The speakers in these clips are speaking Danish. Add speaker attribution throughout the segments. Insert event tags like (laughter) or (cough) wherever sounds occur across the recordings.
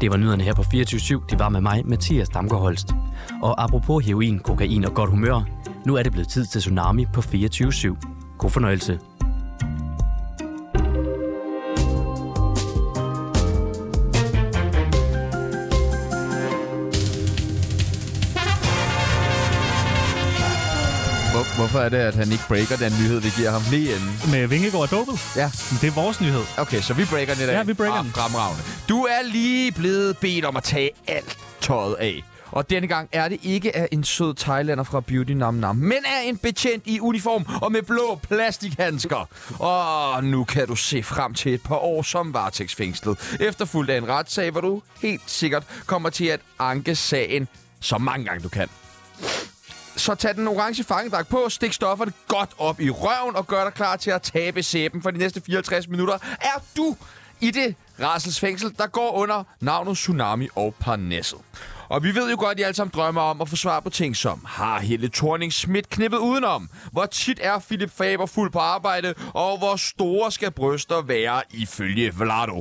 Speaker 1: Det var nyhederne her på 24.7. Det var med mig, Mathias Damgaard Holst. Og apropos heroin, kokain og godt humør, nu er det blevet tid til Tsunami på 24.7. God fornøjelse.
Speaker 2: Hvor, hvorfor er det, at han ikke breaker den nyhed, vi giver ham lige inden?
Speaker 3: Med Vingegaard og Dobel.
Speaker 2: Ja.
Speaker 3: Men det er vores nyhed.
Speaker 2: Okay, så vi breaker den i dag.
Speaker 3: Ja, vi breaker
Speaker 2: ah,
Speaker 3: den.
Speaker 2: Fremragende. Du er lige blevet bedt om at tage alt tøjet af. Og denne gang er det ikke af en sød thailander fra Beauty Nam Nam, men af en betjent i uniform og med blå plastikhandsker. Og nu kan du se frem til et par år som varetægtsfængslet. Efterfulgt af en retssag, hvor du helt sikkert kommer til at anke sagen så mange gange du kan. Så tag den orange fangedragt på, stik stofferne godt op i røven og gør dig klar til at tabe sæben for de næste 54 minutter. Er du i det rasselsfængsel, der går under navnet Tsunami og Parnasset? Og vi ved jo godt, at I alle sammen drømmer om at få svar på ting som Har Helle thorning Schmidt knippet udenom? Hvor tit er Philip Faber fuld på arbejde? Og hvor store skal bryster være ifølge Vlado?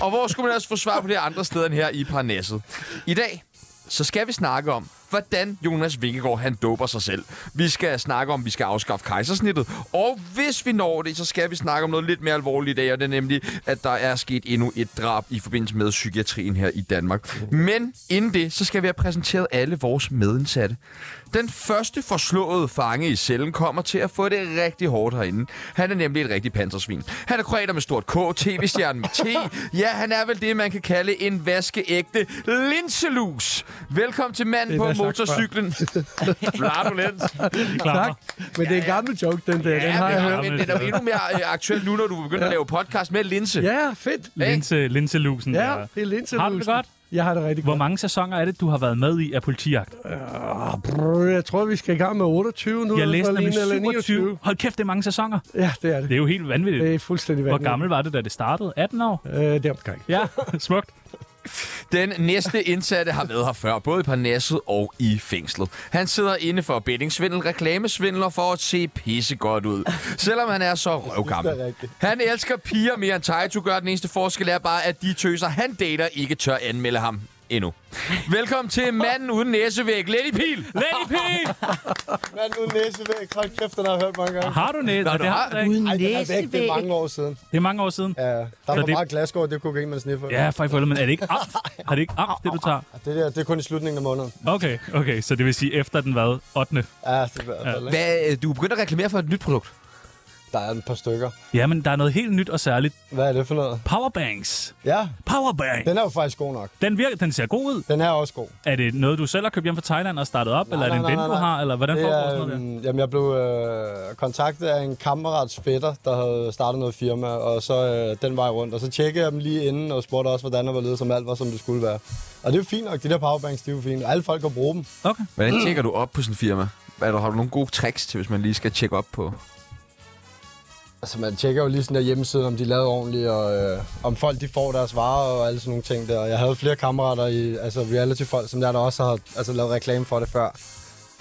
Speaker 2: Og hvor skulle man ellers få svar på det andre steder end her i Parnasset? I dag, så skal vi snakke om, hvordan Jonas Vingegaard han doper sig selv. Vi skal snakke om, at vi skal afskaffe kejsersnittet. Og hvis vi når det, så skal vi snakke om noget lidt mere alvorligt i dag, og det er nemlig, at der er sket endnu et drab i forbindelse med psykiatrien her i Danmark. Men inden det, så skal vi have præsenteret alle vores medindsatte. Den første forslåede fange i cellen kommer til at få det rigtig hårdt herinde. Han er nemlig et rigtig pansersvin. Han er kroater med stort K, tv-stjernen med T. Ja, han er vel det, man kan kalde en vaskeægte linselus. Velkommen til manden
Speaker 4: Det er
Speaker 2: på
Speaker 4: der sagt
Speaker 2: motorcyklen. Vlado Lenz.
Speaker 3: Klar.
Speaker 4: Tak. Men det er en gammel joke, den der. den har jeg
Speaker 2: men,
Speaker 4: hørt.
Speaker 2: men den er jo endnu mere øh, aktuel nu, når du begynder at lave podcast med linse.
Speaker 4: Ja, fedt.
Speaker 3: Linse, Linse Lusen.
Speaker 4: Ja, det er linselusen.
Speaker 3: Har du det godt?
Speaker 4: Jeg har det rigtig
Speaker 3: Hvor
Speaker 4: godt.
Speaker 3: mange sæsoner er det, du har været med i af politijagt?
Speaker 4: Ah, brr, Jeg tror, vi skal i gang med 28 nu.
Speaker 3: Jeg læste
Speaker 4: eller
Speaker 3: nemlig
Speaker 4: eller
Speaker 3: 27. Hold kæft, det er mange sæsoner.
Speaker 4: Ja, det er det.
Speaker 3: Det er jo helt vanvittigt.
Speaker 4: Det er fuldstændig
Speaker 3: Hvor
Speaker 4: vanvittigt.
Speaker 3: gammel var det, da det startede? 18 år?
Speaker 4: Øh, det er omkring.
Speaker 3: Ja, (laughs) smukt.
Speaker 2: Den næste indsatte har været her før, både i Parnasset og i fængslet. Han sidder inde for bettingsvindel, reklamesvindel og for at se pisse godt ud. Selvom han er så røvgammel. Han elsker piger mere end Taito gør. Den eneste forskel er bare, at de tøser, han dater, ikke tør anmelde ham endnu. Velkommen til manden uden næsevæg, Lenny Pil.
Speaker 3: Lenny P!
Speaker 5: Mand uden næsevæg. Hold kæft, den har jeg hørt mange gange.
Speaker 3: Har du net?
Speaker 2: Nå,
Speaker 3: Ja,
Speaker 2: du
Speaker 3: det, har
Speaker 2: har-
Speaker 3: du da ikke.
Speaker 5: Uden Ej, den er væk. Det er mange år siden.
Speaker 3: det er mange år siden.
Speaker 5: Ja, der
Speaker 3: Så
Speaker 5: var
Speaker 3: det-
Speaker 5: det... bare glasgård, det kunne ikke man sniffer.
Speaker 3: Ja, for i forhold, men er det ikke amf? Har det ikke amf, det du tager?
Speaker 5: Det, der, det er kun i slutningen af måneden.
Speaker 3: Okay, okay, så det vil sige efter den hvad? 8.
Speaker 5: Ja, det er i hvert fald, ikke?
Speaker 2: Hvad, øh, du er begyndt at reklamere for et nyt produkt.
Speaker 5: Der er et par stykker.
Speaker 3: Jamen, der er noget helt nyt og særligt.
Speaker 5: Hvad er det for noget?
Speaker 3: Powerbanks.
Speaker 5: Ja,
Speaker 3: Powerbank.
Speaker 5: den er jo faktisk god nok.
Speaker 3: Den, virker, den ser god ud.
Speaker 5: Den er også god.
Speaker 3: Er det noget, du selv har købt hjem fra Thailand og startet op, nej, eller er det en
Speaker 5: nej,
Speaker 3: ven,
Speaker 5: nej,
Speaker 3: du
Speaker 5: nej.
Speaker 3: har, eller hvordan
Speaker 5: Det
Speaker 3: foregår
Speaker 5: er,
Speaker 3: sådan noget der?
Speaker 5: øhm, jamen, jeg blev øh, kontaktet af en kammerats fætter, der havde startet noget firma, og så øh, den vej rundt. Og så tjekkede jeg dem lige inden og spurgte også, hvordan der var ledet, som alt var, som det skulle være. Og det er jo fint nok, de der powerbanks, det er jo fint. Alle folk kan bruge dem.
Speaker 3: Okay.
Speaker 2: Hvordan tjekker du op på sådan en firma? Er der, har du nogle gode tricks til, hvis man lige skal tjekke op på?
Speaker 5: Altså, man tjekker jo lige sådan der hjemmeside, om de er lavet ordentligt, og øh, om folk de får deres varer og alle sådan nogle ting der. Jeg havde flere kammerater i altså reality-folk, som der, der også har altså, lavet reklame for det før.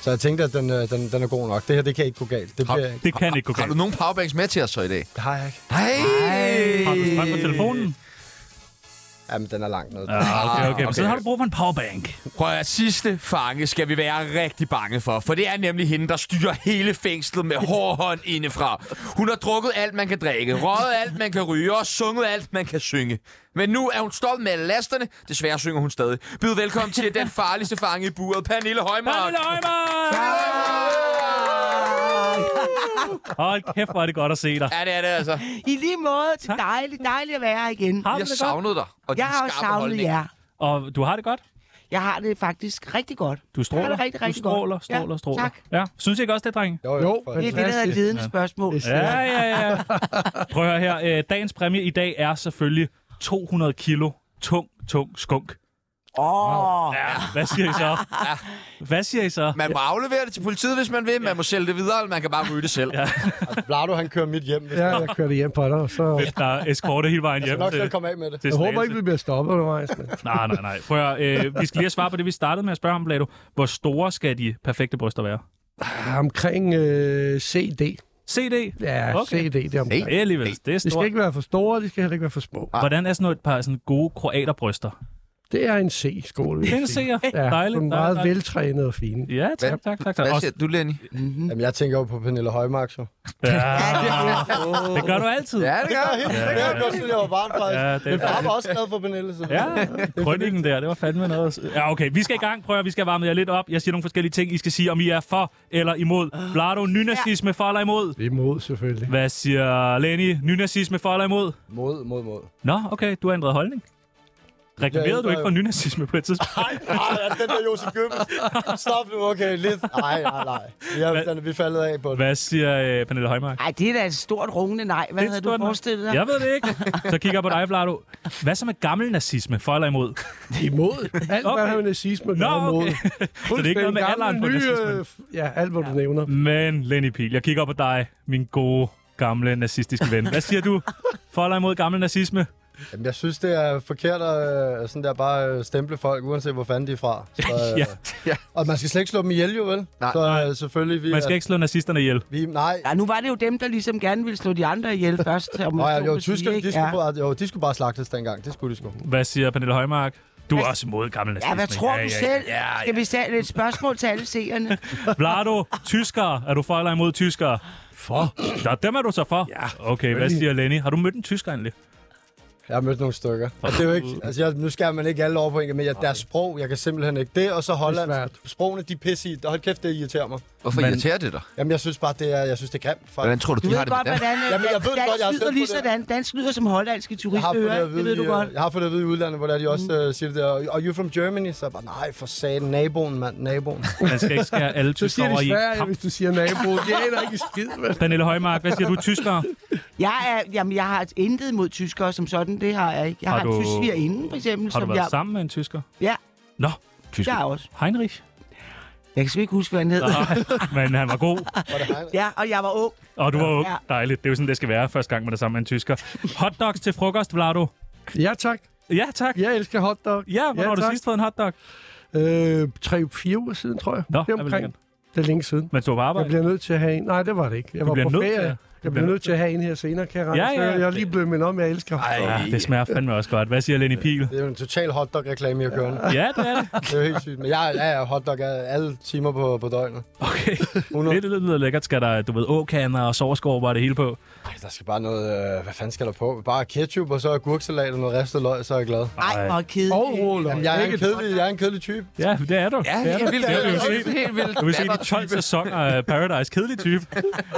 Speaker 5: Så jeg tænkte, at den, øh, den, den er god nok. Det her, det kan ikke gå galt. Det
Speaker 2: Har-
Speaker 5: bliver ikke.
Speaker 3: Det kan ikke gå
Speaker 2: Har du
Speaker 3: galt.
Speaker 2: nogle powerbanks med til os så i dag?
Speaker 5: Det har jeg ikke.
Speaker 2: Hej!
Speaker 3: Har du strøm på telefonen?
Speaker 5: Jamen, den er langt ned.
Speaker 3: Ja, okay, okay. Men så
Speaker 2: okay.
Speaker 3: har du brug for en powerbank.
Speaker 2: Prøv at høre, sidste fange skal vi være rigtig bange for, for det er nemlig hende, der styrer hele fængslet med hård hånd indefra. Hun har drukket alt, man kan drikke, røget alt, man kan ryge og sunget alt, man kan synge. Men nu er hun stoppet med lasterne. Desværre synger hun stadig. Byd velkommen til den farligste fange i buret, Pernille Højmark.
Speaker 3: Pernille Højmark! Hold kæft, hvor er det godt at se dig.
Speaker 2: Ja, det er det altså.
Speaker 6: I lige måde. Det er dejligt, dejligt at være her igen.
Speaker 2: Vi har
Speaker 3: Har du det godt?
Speaker 2: savnet dig og
Speaker 6: Jeg
Speaker 2: din
Speaker 6: har også
Speaker 2: skarpe
Speaker 6: savnet
Speaker 2: holdning.
Speaker 6: jer.
Speaker 3: Og du har det godt?
Speaker 6: Jeg har det faktisk rigtig godt.
Speaker 3: Du stråler.
Speaker 6: Jeg har det rigtig, rigtig
Speaker 3: du stråler,
Speaker 6: godt.
Speaker 3: stråler,
Speaker 6: ja,
Speaker 3: stråler.
Speaker 6: Tak.
Speaker 3: Ja. Synes I ikke også det, drenge?
Speaker 5: Jo,
Speaker 4: Jo,
Speaker 5: for-
Speaker 6: Det er det, der hedder et ledende spørgsmål.
Speaker 3: Ja, ja, ja. Prøv at høre her. Øh, Dagens præmie i dag er selvfølgelig 200 kilo tung, tung skunk.
Speaker 6: Åh, oh,
Speaker 3: Ja, hvad siger I så? Hvad siger I så?
Speaker 2: Man må aflevere det til politiet, hvis man vil. Man må sælge det videre, eller man kan bare ryge det selv. Ja.
Speaker 5: Blardo, han kører mit hjem. Hvis
Speaker 4: Ja,
Speaker 5: ja.
Speaker 4: jeg kører det hjem på dig, og så...
Speaker 3: Der er eskorte hele
Speaker 4: Altså,
Speaker 3: vejen hjem
Speaker 5: Nok skal
Speaker 3: til,
Speaker 5: jeg komme af med det.
Speaker 3: til
Speaker 4: Jeg håber
Speaker 3: Slagelse.
Speaker 4: ikke, vi bliver stoppet undervejs. Men...
Speaker 3: Nej, nej, nej. Prøv at, høre, øh, vi skal lige have svar på det, vi startede med at spørge om, Blato. Hvor store skal de perfekte bryster være?
Speaker 4: Ah, Omkring øh, CD.
Speaker 3: CD?
Speaker 4: Ja,
Speaker 3: Okay.
Speaker 4: CD det er omkring.
Speaker 3: Det er alligevel, det er
Speaker 4: De skal
Speaker 3: stort.
Speaker 4: ikke være for store, de skal heller ikke være for små.
Speaker 3: Hvordan er sådan noget, et par sådan gode kroaterbryster?
Speaker 4: Det er en C-skole. vil jeg
Speaker 3: Den
Speaker 4: sige.
Speaker 3: ser
Speaker 4: Ja,
Speaker 3: dejligt.
Speaker 4: Hun er meget
Speaker 3: dejligt.
Speaker 4: veltrænet og fin.
Speaker 3: Ja, tak, tak, tak. tak.
Speaker 2: Hvad
Speaker 3: Også,
Speaker 2: siger du, Lenny?
Speaker 6: Mm-hmm.
Speaker 5: Jamen, jeg tænker jo på Pernille Højmark, så.
Speaker 3: ja, det gør du altid.
Speaker 2: Ja, det gør
Speaker 5: Ja, det gør jeg godt, siden jeg var barn, faktisk.
Speaker 3: Ja, det er
Speaker 5: Min far
Speaker 3: dejligt.
Speaker 5: var også glad for Pernille, så.
Speaker 3: Ja, krønningen der, det var fandme noget. Ja, okay, vi skal i gang. Prøv at, vi skal varme jer lidt op. Jeg siger nogle forskellige ting, I skal sige, om I er for eller imod. Blado, nynazisme for eller imod?
Speaker 4: Det er imod, selvfølgelig.
Speaker 3: Hvad siger Lenny? Nynazisme for eller imod?
Speaker 5: Mod, mod, mod.
Speaker 3: Nå, okay, du har ændret holdning. Reklamerede
Speaker 5: Ja,
Speaker 3: du ikke for nynazisme på et tidspunkt?
Speaker 5: Nej, nej, Ah, den der Josef Goebbels. Stop nu, okay, lidt. Nej, nej, nej. Ja,
Speaker 3: Hvad-
Speaker 5: den er vi faldet af på.
Speaker 3: Hvad siger øh, Pernille Højmark?
Speaker 6: Ej, det er da et stort rungende nej. Hvad
Speaker 3: Det er
Speaker 6: havde
Speaker 3: et stort
Speaker 6: du
Speaker 3: nej.
Speaker 6: forestillet dig?
Speaker 3: Jeg ved det ikke. Så kigger jeg på dig, Blado. Hvad så med gammel nazisme, for eller imod?
Speaker 4: Det er imod. Alt,
Speaker 3: Okay.
Speaker 4: hvad har med nazisme at
Speaker 3: Nå,
Speaker 4: gøre imod.
Speaker 3: okay. (laughs) Så det er ikke noget med alderen på nazismen.
Speaker 4: nazismen? Ja, alt, hvad du nævner.
Speaker 3: Men, Lenny Pihl, jeg kigger op på dig, min gode, gamle, nazistiske ven. Hvad siger du? For eller imod gammel nazisme?
Speaker 5: Jamen, jeg synes, det er forkert at øh, sådan der bare øh, stemple folk, uanset hvor fanden de er
Speaker 6: (laughs)
Speaker 5: fra. Så, øh,
Speaker 3: Ja.
Speaker 2: Ja.
Speaker 5: Og man skal slet ikke slå dem ihjel, jo vel?
Speaker 2: Nej.
Speaker 5: så øh, selvfølgelig, vi,
Speaker 3: Man skal
Speaker 5: er-
Speaker 3: ikke slå nazisterne ihjel.
Speaker 5: vi nej.
Speaker 6: Ja, nu var det jo dem, der ligesom gerne ville slå de andre
Speaker 3: (laughs)
Speaker 6: ihjel først. Om
Speaker 5: Nå,
Speaker 6: man
Speaker 5: ja,
Speaker 6: så
Speaker 5: jo,
Speaker 6: må sige,
Speaker 5: tyskerne,
Speaker 6: ikke?
Speaker 5: de skulle, bare, jo, de skulle bare slagtes dengang. Det skulle de sgu.
Speaker 3: Hvad siger Pernille Højmark? Du er også imod gammel nazisme.
Speaker 6: Ja, hvad tror du selv?
Speaker 3: Ja, ja.
Speaker 6: Skal vi stille et spørgsmål til alle seerne?
Speaker 3: Blado, tyskere. Er du for eller imod tyskere? For. Nå, dem er du så for? Ja. Okay, hvad siger Lenny? Har du mødt en tysker egentlig?
Speaker 5: Jeg har mødt nogle stykker. Og det er jo ikke, altså, jeg, nu skal man ikke alle over på en, gang, men jeg, deres sprog, jeg kan simpelthen ikke det. Og så Holland.
Speaker 4: svært.
Speaker 5: Sprogene, de er pisse i. Hold kæft, det irriterer mig.
Speaker 2: Hvorfor
Speaker 3: Men-
Speaker 2: irriterer det dig?
Speaker 5: Jamen, jeg synes bare, det er, jeg synes, det er grimt. Faktisk.
Speaker 2: Hvordan tror du,
Speaker 6: Du
Speaker 2: de har
Speaker 6: ved
Speaker 2: det med
Speaker 6: godt,
Speaker 2: dem?
Speaker 6: hvordan øh,
Speaker 5: Jamen, jeg ved
Speaker 6: dansk
Speaker 5: godt, jeg har
Speaker 6: lyder
Speaker 5: selv
Speaker 6: lige
Speaker 5: fået det.
Speaker 6: sådan. Dansk lyder som hollandske
Speaker 5: Jeg har
Speaker 6: turister,
Speaker 5: fået det at
Speaker 6: det,
Speaker 5: vide,
Speaker 6: ved du
Speaker 5: i,
Speaker 6: godt. Mm.
Speaker 5: øh, Jeg har fået det at vide i udlandet, hvor det er, de også øh, siger det der. Are you from Germany? Så jeg bare, nej, for satan, naboen, mand, naboen.
Speaker 3: Man skal ikke skære alle
Speaker 4: Så siger
Speaker 3: tyskere over
Speaker 4: de
Speaker 3: i en
Speaker 4: Sverige,
Speaker 3: kamp.
Speaker 4: hvis du siger
Speaker 3: (laughs)
Speaker 4: nabo. De aner ikke en skid, vel?
Speaker 3: Pernille Højmark, hvad siger du, tyskere?
Speaker 6: Jeg, er, jamen, jeg har intet mod tyskere som sådan, det har jeg ikke. Jeg
Speaker 3: Har
Speaker 6: har, har
Speaker 3: du-
Speaker 6: en tysk svigerinde, for eksempel.
Speaker 3: Har du
Speaker 6: som
Speaker 3: været
Speaker 6: jeg,
Speaker 3: sammen med en tysker?
Speaker 6: Ja.
Speaker 3: Nå,
Speaker 6: tysk? Jeg er også.
Speaker 3: Heinrich.
Speaker 6: Jeg kan sgu ikke huske, hvad han hed.
Speaker 3: Nej, men han var god.
Speaker 5: Var det Heinrich?
Speaker 6: (laughs) Ja, og jeg var ung.
Speaker 3: Og du var ung.
Speaker 6: Ja.
Speaker 3: Dejligt. Det er jo sådan, det skal være første gang, man er sammen med en tysker. Hotdogs til frokost, Vlado.
Speaker 4: Ja, tak.
Speaker 3: Ja, tak.
Speaker 4: Jeg elsker hotdog.
Speaker 3: Ja, hvornår
Speaker 4: Ja,
Speaker 3: har du
Speaker 4: tak.
Speaker 3: sidst fået en hotdog?
Speaker 4: Øh, tre, fire uger siden, tror jeg.
Speaker 3: Nå,
Speaker 4: det er
Speaker 3: er vel
Speaker 4: omkring. Det er længe siden.
Speaker 3: Man tog på
Speaker 4: Jeg
Speaker 3: arbejde.
Speaker 4: bliver nødt til at have en. Nej, det var det ikke. Jeg var
Speaker 3: bliver
Speaker 4: på
Speaker 3: nødt til
Speaker 4: ferie.
Speaker 3: at-
Speaker 4: Jeg
Speaker 3: du bliver
Speaker 4: bliver nødt til at have en her senere, kan jeg regne.
Speaker 3: Ja, ja,
Speaker 4: Så Jeg er
Speaker 3: det-
Speaker 4: lige blevet mindet om, at jeg elsker hotdog.
Speaker 3: Ja, det smager fandme også godt. Hvad siger Lenny Pihl?
Speaker 5: (laughs) Det er jo en total hotdog-reklame, jeg kører.
Speaker 3: Ja, det er det.
Speaker 5: Det er jo helt sygt. Men jeg jeg er hotdog er alle timer på, på døgnet.
Speaker 3: Okay.
Speaker 5: 100.
Speaker 3: Det, det lyder lækkert. Skal der, du ved, åkander og sovskorber og det hele på?
Speaker 5: Ej, der skal bare noget... Øh, hvad fanden skal der på? Bare ketchup og så agurksalat og noget ristet løg, så er jeg glad.
Speaker 6: Ej, hvor
Speaker 4: Og
Speaker 6: kedeligt.
Speaker 4: ruller.
Speaker 5: Jamen, jeg er en kedelig, jeg er en kedelig type.
Speaker 3: Ja, det er du.
Speaker 2: Ja,
Speaker 3: det er
Speaker 2: helt vildt.
Speaker 3: Det har vi
Speaker 2: Det
Speaker 3: jo
Speaker 2: er
Speaker 3: set.
Speaker 2: helt vildt.
Speaker 3: Du vil se de 12 sæsoner af Paradise. Kedelig type.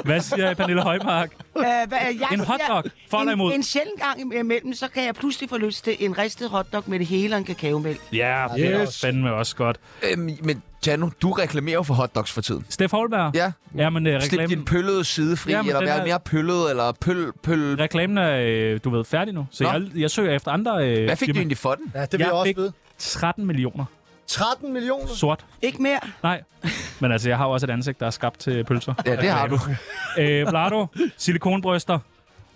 Speaker 3: Hvad siger Pernille Højmark?
Speaker 6: Øh, hvad- jeg-
Speaker 3: En hotdog.
Speaker 6: jeg-
Speaker 3: For eller
Speaker 6: en-
Speaker 3: imod?
Speaker 6: En sjældent gang imellem, så kan jeg pludselig få lyst til en ristet hotdog med det hele og en kakaomælk.
Speaker 3: Ja, det er
Speaker 4: Yes.
Speaker 3: også fandme også godt.
Speaker 2: Øhm, men Tjano, du reklamerer jo for hotdogs for tiden.
Speaker 3: Steff Holberg.
Speaker 2: Ja.
Speaker 3: Ja, men øh,
Speaker 2: Slip din
Speaker 3: reklamen,
Speaker 2: pøllede side fri,
Speaker 3: Jamen,
Speaker 2: eller
Speaker 3: den
Speaker 2: vær
Speaker 3: er-
Speaker 2: mere pøllet, eller pøl, pøl...
Speaker 3: reklamen er, øh, du ved, færdig nu. Så
Speaker 2: Nå.
Speaker 3: jeg, jeg søger efter andre... Øh,
Speaker 2: Hvad fik du
Speaker 3: firmaer.
Speaker 2: egentlig for den?
Speaker 5: Ja, det vil
Speaker 3: Jeg
Speaker 5: jeg, også
Speaker 3: fik-
Speaker 5: vide.
Speaker 3: 13 millioner
Speaker 5: 13 millioner?
Speaker 3: sort.
Speaker 6: Ikke mere.
Speaker 3: Nej, men altså, jeg har jo også et ansigt, der er skabt til pølser.
Speaker 2: Ja, det har du.
Speaker 3: Øh, Vlado,
Speaker 2: (laughs)
Speaker 3: silikonbryster.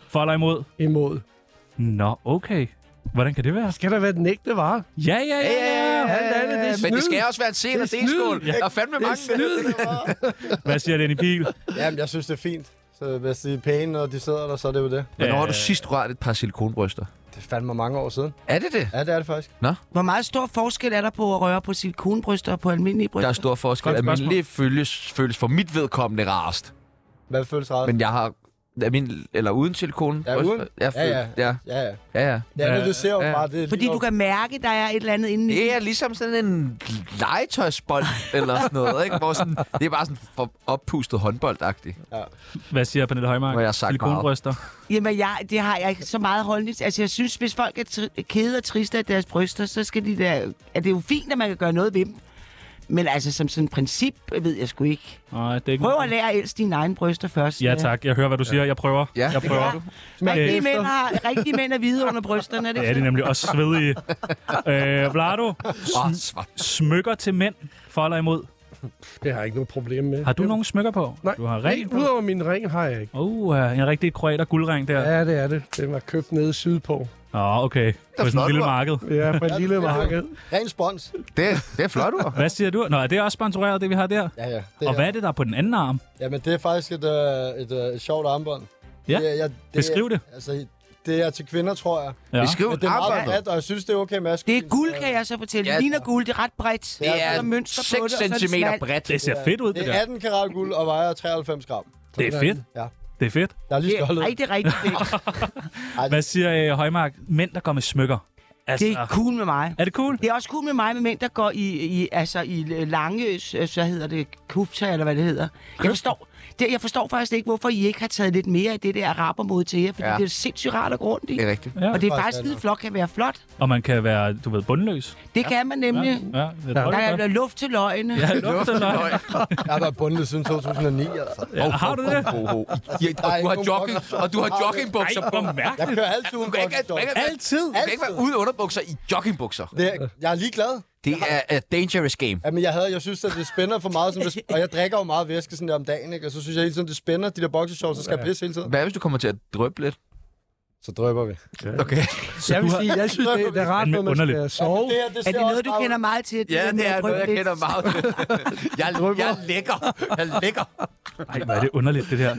Speaker 3: For eller imod?
Speaker 4: Imod.
Speaker 3: Nå, okay. Hvordan kan det være?
Speaker 4: Skal der være den ægte vare?
Speaker 3: Ja, ja, ja, ja. ja.
Speaker 4: Alt andet, det er
Speaker 2: Men det
Speaker 4: snyd.
Speaker 2: skal også være en sen og
Speaker 4: Det er
Speaker 2: skål. Der er fandme mange.
Speaker 3: Hvad siger Lenny Pihl?
Speaker 5: Jamen, jeg synes, det er fint. Så hvis de er pæne, og de sidder der, så er det jo det.
Speaker 2: Hvornår har du
Speaker 3: Øh,
Speaker 2: sidst rørt et par silikonbryster?
Speaker 5: Det er fandme mange år siden.
Speaker 2: Er det det?
Speaker 5: Ja, det er det faktisk.
Speaker 6: Hvor meget stor forskel er der på at røre på silikonbryster og på almindelige
Speaker 2: Der er
Speaker 6: bryster?
Speaker 2: stor forskel.
Speaker 3: Godt spørgsmål.
Speaker 2: Almindelig føles, føles for mit vedkommende rarest.
Speaker 5: Hvad føles rart?
Speaker 2: Men jeg har... Almindelig, eller uden silikon.
Speaker 5: Ja, uden.
Speaker 2: Jeg
Speaker 5: Ja, ja.
Speaker 2: føler, ja,
Speaker 5: Ja, ja.
Speaker 2: ja, ja.
Speaker 5: Ja, men du ser jo
Speaker 2: Ja.
Speaker 5: bare, det er
Speaker 6: Fordi
Speaker 5: lige
Speaker 6: du kan mærke, der er et eller andet inde i.
Speaker 2: Det er ligesom sådan en legetøjsbold eller sådan noget, ikke? Hvor sådan, det er bare sådan for oppustet håndboldagtigt.
Speaker 3: Hvad siger Pernille Højmark?
Speaker 2: Hvor jeg har sagt
Speaker 3: Silikonbryster.
Speaker 6: Jamen, jeg, det har jeg ikke så meget holdning til. Altså, jeg synes, hvis folk er tri- kede og triste af deres bryster, så skal de der... Er det jo fint, at man kan gøre noget ved dem. Men altså, som sådan et princip, ved jeg sgu ikke.
Speaker 3: Nej, det er ikke
Speaker 6: Prøv at lære at elske dine egne bryster først.
Speaker 3: Ja, tak. Jeg hører, hvad du siger. Jeg prøver.
Speaker 2: Ja,
Speaker 3: jeg
Speaker 2: det
Speaker 3: prøver.
Speaker 6: Ja. Rigtige,
Speaker 3: efter.
Speaker 6: mænd har, rigtige mænd er hvide under brysterne, er det
Speaker 3: Det
Speaker 6: ikke
Speaker 3: er de
Speaker 6: sådan?
Speaker 3: nemlig også svedige. øh, Vlado,
Speaker 2: Åh, svar.
Speaker 3: smykker til mænd. For eller imod?
Speaker 4: Det har jeg ikke noget problem med.
Speaker 3: Har du nogen smykker på?
Speaker 4: Nej,
Speaker 3: Du har ring. på.
Speaker 4: Udover min ring har jeg ikke.
Speaker 3: Uh, en rigtig kroater guldring der.
Speaker 4: Ja, det er det. Den var købt nede sydpå.
Speaker 3: Nå, okay. På sådan
Speaker 2: flot,
Speaker 3: et lille
Speaker 2: hva'?
Speaker 3: marked.
Speaker 4: Ja, på et lille
Speaker 5: det er
Speaker 4: marked.
Speaker 5: Ren spons.
Speaker 2: Det, det er flot, ord.
Speaker 3: Hvad siger du? Nå, er det også sponsoreret, det vi har der?
Speaker 5: Ja, ja. Det
Speaker 3: Og
Speaker 5: er,
Speaker 3: hvad er det, der er på den anden arm?
Speaker 5: Jamen, det er faktisk et, øh, et, øh, et sjovt armbånd.
Speaker 3: Ja.
Speaker 5: Det, er- jeg, det,
Speaker 3: Beskriv det.
Speaker 5: Altså, Det er til kvinder, tror jeg.
Speaker 3: Ja.
Speaker 2: Vi skriver
Speaker 5: Men det er meget
Speaker 2: arbejdet.
Speaker 5: bredt, og jeg synes, det er okay med
Speaker 6: Det er guld, kan jeg så fortælle.
Speaker 2: Ja.
Speaker 6: Ja. Ligner guld, det er ret bredt.
Speaker 2: Det
Speaker 6: Så
Speaker 2: er
Speaker 6: der mønster
Speaker 2: 6
Speaker 6: på det, og så er det
Speaker 2: cm
Speaker 6: smalt.
Speaker 2: bredt.
Speaker 3: Det ser fedt ud, det,
Speaker 5: Det
Speaker 3: der.
Speaker 5: er 18 karat guld og vejer 93 gram.
Speaker 3: Det er fedt.
Speaker 5: Ja.
Speaker 3: Det er fedt.
Speaker 5: Jeg er lige
Speaker 6: Det er,
Speaker 5: stolt.
Speaker 6: ej, det er rigtigt.
Speaker 3: (laughs)
Speaker 6: fedt.
Speaker 3: Hvad siger øh, Højmark? Mænd, der går med smykker. Altså,
Speaker 6: Det er cool med mig.
Speaker 3: er det cool?
Speaker 6: Det er også cool med mig med mænd, der går i, i, altså, i lange, øh, så hedder det, kufter, eller hvad det hedder. Jeg forstår, det, jeg forstår faktisk ikke, hvorfor I ikke har taget lidt mere af det der arabermod til jer, fordi
Speaker 2: Ja.
Speaker 6: ja. det er sindssygt rart og rundt i.
Speaker 2: Det er rigtigt.
Speaker 3: Ja.
Speaker 6: Og det
Speaker 5: faktisk
Speaker 6: er faktisk
Speaker 5: rigtigt.
Speaker 6: skide flot, kan være flot.
Speaker 3: Og man kan være, du ved, bundløs.
Speaker 6: Det ja. kan man
Speaker 3: Ja,
Speaker 6: nemlig.
Speaker 3: ja.
Speaker 6: Ja.
Speaker 3: det er et
Speaker 6: Der
Speaker 3: højt
Speaker 6: er
Speaker 3: godt.
Speaker 6: der er luft til løgene.
Speaker 3: Ja,
Speaker 6: Ja.
Speaker 3: lufteløg.
Speaker 5: Jeg har været bundet siden 2009, altså.
Speaker 3: Ja, har du det?
Speaker 2: Oh, oh. Ja, og du har
Speaker 5: nogen
Speaker 2: jogging,
Speaker 5: bokser.
Speaker 2: og du har
Speaker 3: Ej,
Speaker 2: joggingbukser på.
Speaker 3: hvor
Speaker 5: Jeg
Speaker 3: mærkeligt.
Speaker 5: kører altid
Speaker 2: Du
Speaker 5: uden
Speaker 2: kan ikke, du kan ikke, være-
Speaker 3: Altid.
Speaker 2: du kan ikke være uden underbukser i joggingbukser.
Speaker 5: det, jeg er ligeglad.
Speaker 2: Det er a dangerous game.
Speaker 5: Jamen, jeg, havde, jeg synes, at det spænder for meget, sådan, hvis- og jeg drikker jo meget væske sådan der om dagen, ikke? og så synes jeg hele tiden, det spænder, de der boxershorts, så skal jeg pisse hele tiden.
Speaker 2: Hvad hvis du kommer til at drøbe lidt?
Speaker 5: Så drøber vi.
Speaker 2: Okay.
Speaker 3: Så
Speaker 4: Jeg
Speaker 3: du
Speaker 4: vil
Speaker 3: har,
Speaker 4: sige, jeg synes, det, det er rart,
Speaker 3: Fandme
Speaker 4: når man
Speaker 3: underligt.
Speaker 4: skal sove.
Speaker 5: Det her, det
Speaker 6: Er
Speaker 5: ser
Speaker 6: det noget,
Speaker 5: også
Speaker 6: du
Speaker 5: bare ud-
Speaker 6: kender meget til?
Speaker 2: Ja,
Speaker 6: der med
Speaker 2: det er
Speaker 6: at
Speaker 2: noget, jeg
Speaker 6: drøbe
Speaker 2: kender
Speaker 6: lidt?
Speaker 2: meget. jeg, jeg er lækker. Jeg er lækker.
Speaker 3: ej, hvor er det underligt, det der.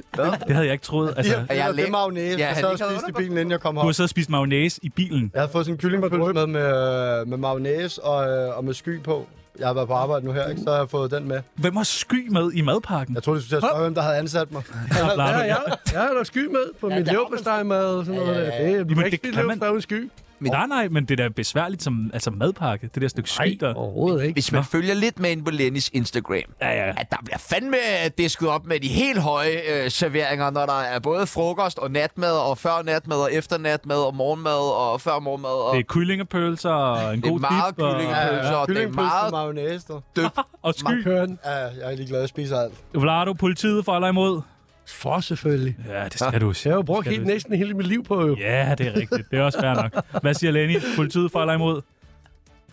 Speaker 3: Det havde jeg ikke troet.
Speaker 5: De
Speaker 3: Altså,
Speaker 5: her
Speaker 2: Er jeg
Speaker 5: piller, det
Speaker 2: læ-
Speaker 5: er mayonnaise,
Speaker 2: Ja,
Speaker 5: ja, og
Speaker 2: han
Speaker 5: så har
Speaker 2: ikke
Speaker 5: jeg
Speaker 2: havde
Speaker 5: spist i bilen, inden jeg kom
Speaker 3: du har
Speaker 5: herop.
Speaker 3: siddet og spist mayonnaise i bilen.
Speaker 5: Jeg har fået sådan en kyllingpølse med, med, med mayonnaise og, øh, og med sky på. Jeg har været på arbejde nu her, ikke? så har jeg fået den med.
Speaker 3: Hvem har sky med i madpakken?
Speaker 5: Jeg troede, du skulle til at spørge, hvem der havde ansat mig.
Speaker 4: (laughs) Ja,
Speaker 3: Lappe.
Speaker 4: ja. Jeg er der sky med på ja, min
Speaker 5: det er
Speaker 4: leverpostejmad og sådan noget.
Speaker 5: Ja,
Speaker 4: Ja,
Speaker 5: ja, ja.
Speaker 4: ja, ja. Det
Speaker 3: Jamen,
Speaker 4: er
Speaker 3: det
Speaker 4: rigtig
Speaker 3: kan man-
Speaker 4: leverpostej uden sky.
Speaker 3: Nej, nej, men det er da besværligt som altså madpakke. Det der stykke sky, der...
Speaker 4: Overhovedet ikke.
Speaker 2: Hvis man følger lidt med ind på Lennys Instagram,
Speaker 3: Ja, ja.
Speaker 2: at der bliver fandme øh, disket op med de helt høje øh, serveringer, når der er både frokost og natmad, og før natmad, og efter natmad, og morgenmad, og før morgenmad, og
Speaker 3: Det er kyllingepølser og en
Speaker 2: det
Speaker 3: god
Speaker 2: er meget
Speaker 3: dip. og-
Speaker 2: kyllingepølser, og det er
Speaker 5: Kyllingpølse med
Speaker 2: meget
Speaker 5: mayonnaise, du.
Speaker 2: dybt.
Speaker 3: Og sky.
Speaker 4: Køren.
Speaker 5: Ja, jeg er ligeglad, jeg spiser alt.
Speaker 3: Vlado, politiet for eller imod?
Speaker 4: For selvfølgelig.
Speaker 3: Ja, det skal du sige.
Speaker 4: Jeg har jo brugt helt, næsten hele mit liv på øh, jo.
Speaker 3: Ja, det er rigtigt. Det er også fair nok. Hvad siger Lenny? Politiet for eller imod?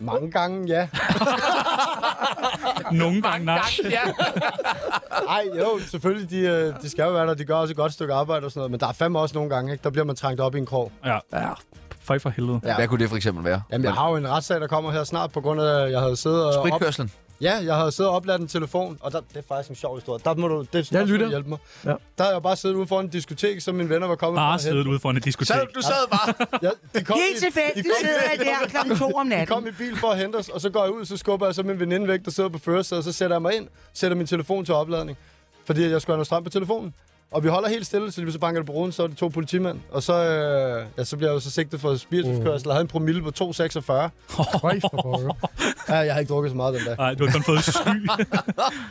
Speaker 5: Mange gange, ja.
Speaker 3: Nogle gange nej.
Speaker 2: Ja.
Speaker 5: Ej, jo, selvfølgelig, de, øh, de skal jo være der. De gør også et godt stykke arbejde og sådan noget. Men der er fandme også nogle gange, ikke? der bliver man trængt op i en krog.
Speaker 3: Ja. ja. Føj for helvede.
Speaker 5: (laughs) Ja.
Speaker 2: Hvad kunne det for eksempel være?
Speaker 5: Jamen, jeg har jo en retssag, der kommer her snart, på grund af, at jeg havde siddet og... Op...
Speaker 2: Spritkørslen.
Speaker 5: Ja, jeg havde siddet og opladt en telefon, og der, det er faktisk en sjov historie. Der må du, det, der
Speaker 4: Jeg
Speaker 5: skal du
Speaker 4: lytter.
Speaker 5: hjælpe mig.
Speaker 4: Ja.
Speaker 5: Der har jeg bare siddet ude foran en diskotek, som mine venner var kommet
Speaker 3: Bare
Speaker 5: fra.
Speaker 3: siddet ude foran et diskotek.
Speaker 2: Så du sad bare.
Speaker 5: Ja, de kom
Speaker 6: Helt
Speaker 5: i-
Speaker 6: tilfældigt
Speaker 5: de kom-
Speaker 6: sidder jeg der klokken to om
Speaker 5: De kom
Speaker 6: natten.
Speaker 5: i bil for at hente os, og så går jeg ud, så skubber jeg så min veninde væk, der sidder på førersædet, og så sætter jeg mig ind, sætter min telefon til opladning, fordi jeg skulle have noget strøm på telefonen. Og vi holder helt stille, så lige så banker det på ruden, så er det to politimænd. Og så, øh, ja, så bliver jeg jo så sigtet for spirituskørsel, og havde en promille på 2,46.
Speaker 4: Høj for pokker.
Speaker 5: Ja, jeg har ikke drukket så meget den dag.
Speaker 3: Nej, du har kun fået sky.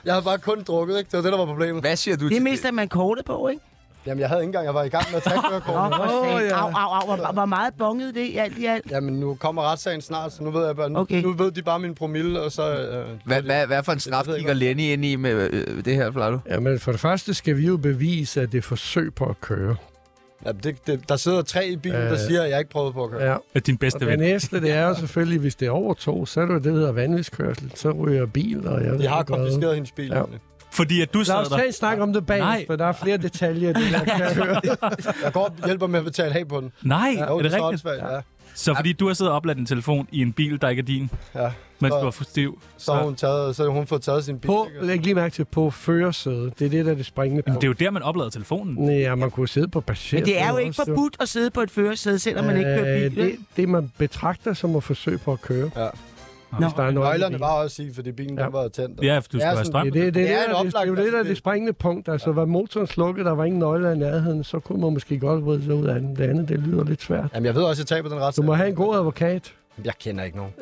Speaker 5: Jeg havde bare kun drukket, ikke? Det var det, der var
Speaker 2: (laughs)
Speaker 5: problemet.
Speaker 2: Hvad siger du
Speaker 6: Det
Speaker 2: til
Speaker 6: mister man kortet på, ikke?
Speaker 5: Jamen, jeg havde ikke engang, jeg var i gang med at tage
Speaker 6: Åh,
Speaker 5: kørekortet.
Speaker 6: for
Speaker 4: Åh,
Speaker 6: satan.
Speaker 4: ja.
Speaker 6: Au, au, au. Hvor- Hvor meget bongede det i alt i alt?
Speaker 5: Jamen, nu kommer retssagen snart, så nu ved jeg bare, nu,
Speaker 6: Okay.
Speaker 5: nu ved de bare min promille, og så... Øh,
Speaker 2: Hvad, hvad, hvad for en snap
Speaker 5: ved jeg
Speaker 2: kigger Lenny ind i med øh, det her, Flato?
Speaker 4: (laughs) Jamen, for det første skal vi jo bevise, at det er forsøg på at køre.
Speaker 5: ja, det, det, der sidder tre i bilen, der
Speaker 4: Øh.
Speaker 5: siger, at jeg ikke prøvede på at køre.
Speaker 4: Ja.
Speaker 3: Det er din bedste
Speaker 4: Og det
Speaker 3: ven.
Speaker 4: næste, det er jo selvfølgelig, hvis det er over to, så er det jo det, der hedder vanvidskørsel. Så ryger bil, og jeg ved
Speaker 5: De har
Speaker 4: ikke hvad.
Speaker 5: konfiskeret hendes bil.
Speaker 4: Ja.
Speaker 5: Ja.
Speaker 3: Fordi at du
Speaker 4: Lad
Speaker 3: sad
Speaker 4: os tage
Speaker 3: der.
Speaker 4: en snak om det bag,
Speaker 3: Nej.
Speaker 4: for der er flere detaljer, i det (laughs) jeg kan høre.
Speaker 5: Jeg går og hjælper med at betale af på den.
Speaker 3: Nej,
Speaker 5: Ja,
Speaker 3: er det
Speaker 5: så
Speaker 3: rigtigt?
Speaker 5: åndssvagt, ja.
Speaker 3: Så fordi du har siddet og opladt en telefon i en bil, der ikke er din,
Speaker 5: ja.
Speaker 3: mens
Speaker 5: Så-
Speaker 3: du var for stiv.
Speaker 5: Så har hun, taget, så har hun fået taget sin bil.
Speaker 4: På,
Speaker 5: ikke?
Speaker 4: læg lige mærke til, på førersædet. Det er det, der er det springende
Speaker 3: Jamen,
Speaker 4: punkt.
Speaker 3: det er jo der, man oplader telefonen.
Speaker 4: Nej, ja, man kunne sidde på passager.
Speaker 6: Men det er jo ikke forbudt at sidde på et førersæde, selvom man ikke kører bil.
Speaker 4: Øh, det, det, man betragter som at forsøge på at køre.
Speaker 5: Ja.
Speaker 4: Nå, Hvis der er noget
Speaker 5: Nøglerne var også i, fordi bilen ja.
Speaker 4: Ja.
Speaker 5: den var tændt.
Speaker 3: Ja, for du
Speaker 5: Det
Speaker 3: skal
Speaker 5: er
Speaker 3: have
Speaker 5: sådan,
Speaker 3: strøm.
Speaker 4: det, det, det, det,
Speaker 5: Det
Speaker 4: er
Speaker 5: er
Speaker 4: det,
Speaker 5: en
Speaker 4: det,
Speaker 5: oplagt
Speaker 4: er jo det, der er
Speaker 5: facilitet.
Speaker 4: det springende punkt. Altså, var motoren slukket, der var ingen nøgler i nærheden, så kunne man måske godt vride sig ud af den. Det andet, det lyder lidt svært.
Speaker 5: Jamen, jeg ved også, at jeg taber den ret.
Speaker 4: Du må have en god advokat.
Speaker 5: Jeg kender ikke nogen.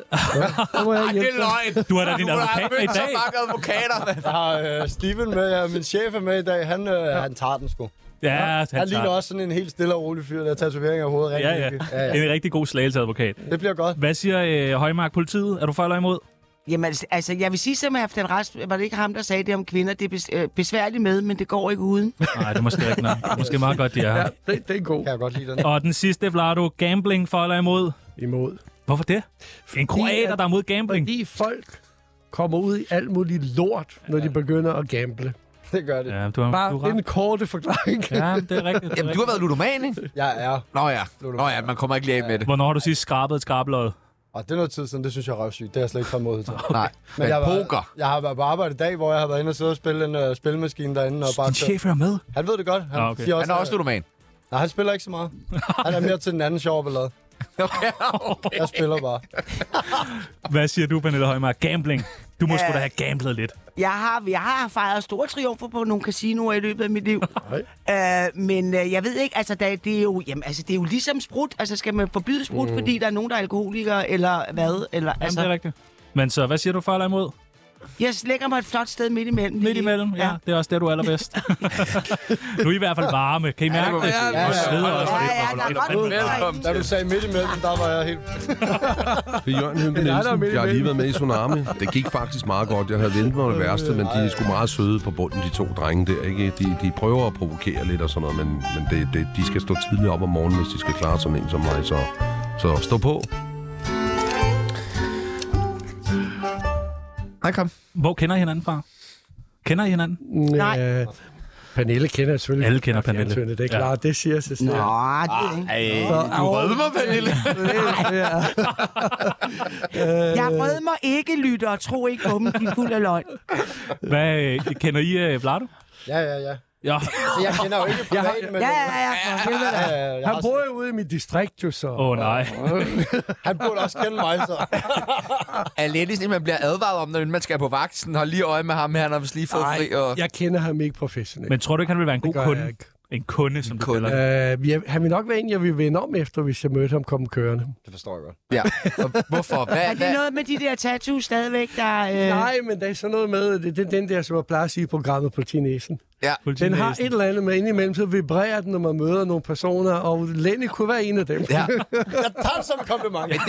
Speaker 4: Så må jeg
Speaker 2: Ej,
Speaker 4: hjælpe dig.
Speaker 2: løgn.
Speaker 3: Du har da din advokat med i dag.
Speaker 2: mange advokater, mand.
Speaker 5: Jeg har øh, Steven med, ja, min chef er med i dag. Han, øh, han tager den sgu.
Speaker 3: Ja,
Speaker 5: Han,
Speaker 3: han
Speaker 5: ligner
Speaker 3: tager.
Speaker 5: også sådan en helt stille og rolig fyr, der har tatoveringer i hovedet.
Speaker 3: Ja,
Speaker 5: rigtig
Speaker 3: ja.
Speaker 5: hyggeligt. ja, ja.
Speaker 3: En rigtig god slagelseadvokat.
Speaker 5: Det bliver godt.
Speaker 3: Hvad siger øh, Højmark politiet? Er du for eller imod?
Speaker 6: Jamen, altså- altså, jeg vil sige som Halvdan Rask, var det ikke ham, der sagde det om kvinder? Det er bes- øh, besværligt med, men det går ikke uden.
Speaker 3: Nej, det er måske ikke nok. Det er måske meget godt, de er her.
Speaker 4: Det, det er god
Speaker 5: Kan jeg
Speaker 3: (laughs)
Speaker 5: godt lide den.
Speaker 3: Og den sidste, Vlado, gambling for eller imod?
Speaker 4: imod.
Speaker 3: Hvorfor det? En kroater,
Speaker 4: at-
Speaker 3: der er mod gambling.
Speaker 4: Fordi folk kommer ud i alt muligt lort, når de begynder at gamble.
Speaker 5: Det gør det.
Speaker 3: Ja, du har,
Speaker 4: Bare
Speaker 3: du
Speaker 4: den korte forklaring.
Speaker 3: Ja, det er rigtigt. Det
Speaker 2: (laughs)
Speaker 3: er
Speaker 2: Jamen, du har
Speaker 3: rigtigt.
Speaker 2: været ludoman, ikke?
Speaker 5: Jeg er.
Speaker 2: Nå ja. Nå ja, man kommer ikke lige af med det.
Speaker 3: Hvornår har du sidst skrabet et skrablod?
Speaker 5: Og det er noget tid siden, det synes jeg er røvsygt. Det har jeg slet ikke kommet
Speaker 3: (laughs)
Speaker 5: mod til.
Speaker 2: Nej. Men
Speaker 5: jeg,
Speaker 2: poker.
Speaker 5: Var, jeg har været på arbejde i dag, hvor jeg har været inde og sidde og spille en uh, øh, spilmaskine derinde. Og bare
Speaker 3: Din chef er med.
Speaker 5: Han ved det godt. Han,
Speaker 3: Ah, okay.
Speaker 5: siger
Speaker 2: Han
Speaker 5: også, (laughs)
Speaker 2: er også ludoman.
Speaker 5: Nej, han spiller ikke så meget. Han er mere til den anden sjove ballade. okay. Jeg spiller bare.
Speaker 3: Hvad siger du, Pernille Højmark? Gambling. Du må sgu da have gamblet lidt.
Speaker 6: Jeg har, jeg har fejret store triumfer på nogle casinoer i løbet af mit liv. øh, men øh, jeg ved ikke, altså, der, det, er jo, jamen, altså, det er jo ligesom sprut. Altså, skal man forbyde sprut, mm. fordi der er nogen, der er alkoholikere, eller hvad? Eller,
Speaker 3: Jamen, det er
Speaker 6: altså,
Speaker 3: rigtigt. Men så, hvad siger du for eller imod?
Speaker 6: jeg lægger mig et flot sted midt imellem.
Speaker 3: Midt imellem? Ja, det er også der, du er allerbedst. nu er I i hvert fald varme. Kan I mærke det?
Speaker 2: Ja,
Speaker 3: Og sveder også
Speaker 6: Ja,
Speaker 3: lidt.
Speaker 6: ja, der er godt.
Speaker 2: Velkommen.
Speaker 5: Da du sagde midt imellem, der var jeg helt...
Speaker 7: Det er Jørgen Hønge Nielsen. Jeg har lige været med i Tsunami. Det gik faktisk meget godt. Jeg havde ventet mig det værste, men de er sgu meget søde på bunden, de to drenge der. Ikke? De, de prøver at provokere lidt og sådan noget, men, men det, det, de skal stå tidligt op om morgenen, hvis de skal klare sådan en som mig. Så, så stå på.
Speaker 2: Hej, kom.
Speaker 3: Hvor kender I hinanden fra? Kender I hinanden?
Speaker 6: Nej.
Speaker 4: Øh, Pernille kender jeg selvfølgelig.
Speaker 3: Alle kender
Speaker 4: fra
Speaker 3: Pernille.
Speaker 4: fjernsynet, Det
Speaker 3: Ja.
Speaker 4: er klart, det siger sig selv. (laughs)
Speaker 6: Nå, det er ikke.
Speaker 2: Du rødde mig, Pernille.
Speaker 4: Øh,
Speaker 6: (laughs) Jeg
Speaker 3: Øh.
Speaker 6: rød mig ikke, lytter, og tro ikke på dem, de er fuld af løgn.
Speaker 3: Hvad, øh, kender I uh, Vlado?
Speaker 5: Ja, ja, ja.
Speaker 3: Ja.
Speaker 5: Så jeg kender jo ikke privat, men...
Speaker 6: Ja, ja, ja, for helvede.
Speaker 5: ja, ja, jeg
Speaker 4: Han
Speaker 5: har-
Speaker 4: bor jo ude i mit distrikt, jo så.
Speaker 3: Åh, oh, nej.
Speaker 5: Han burde også kende mig, så.
Speaker 2: Er lidt sådan, at man bliver advaret om, når man skal på vagten. Hold lige øje med ham her, han har vist lige fået fri. Og...
Speaker 4: Jeg kender ham ikke professionelt.
Speaker 3: Men tror du ikke, han vil være en god
Speaker 4: gør jeg
Speaker 3: kunde?
Speaker 4: ikke.
Speaker 3: En kunde, som du kalder det.
Speaker 4: Øh, jeg, han vil nok være en, jeg ville vende om efter, hvis jeg mødte ham komme kørende.
Speaker 5: Det forstår jeg godt.
Speaker 2: Ja. Og hvorfor? Hvad,
Speaker 6: Er det
Speaker 2: hvad?
Speaker 6: noget med de der tattoos stadigvæk, der... Øh...
Speaker 4: Nej, men der er sådan noget med, det, det er den der, som jeg plejer at sige i programmet på Tinesen. Den har et eller andet med indimellem, så vibrerer den, når man møder nogle personer, og Lenny kunne være en af dem.
Speaker 2: Ja.
Speaker 5: Jeg tager det som et kompliment.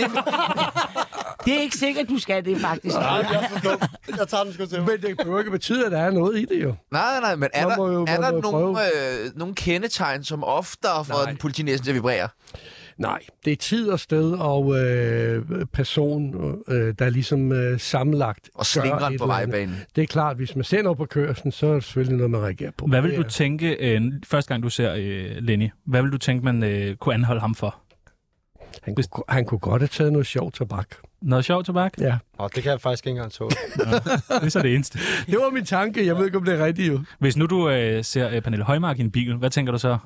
Speaker 6: Det er ikke sikkert, du skal det, faktisk.
Speaker 5: (laughs) Nej, jeg er for dum. Jeg tager den sgu til mig.
Speaker 4: Men det behøver ikke betyde, at der er noget i det jo.
Speaker 2: Nej, nej, nej, men er
Speaker 4: Man
Speaker 2: der,
Speaker 4: må jo-
Speaker 2: er
Speaker 4: man
Speaker 2: der
Speaker 4: må jo
Speaker 2: nogle, øh, nogle kendetegn, som oftere får den politinæsen til at vibrere?
Speaker 4: Nej, det er tid og sted og øh, person, øh, der er ligesom øh, sammenlagt.
Speaker 2: Og slingren
Speaker 4: gør et
Speaker 2: på
Speaker 4: eller andet.
Speaker 2: vejbanen.
Speaker 4: Det er klart, hvis man sender op på kørslen, så er det selvfølgelig noget, man reagerer på.
Speaker 3: Hvad vil
Speaker 4: Det
Speaker 3: du
Speaker 4: er-
Speaker 3: tænke, øh, første gang du ser øh, Lenny, hvad vil du tænke, man øh, kunne anholde ham for?
Speaker 4: han, kunne, han kunne godt have taget noget sjovt tobak.
Speaker 3: Noget sjovt, Tobak?
Speaker 4: Ja.
Speaker 5: Nå, det kan jeg faktisk ikke engang tåle.
Speaker 3: Det er så det eneste.
Speaker 4: Det var min tanke. Jeg ved ikke, om det er rigtigt jo.
Speaker 3: Hvis nu du øh, ser øh, Pernille Højmark i en bil, hvad tænker du så?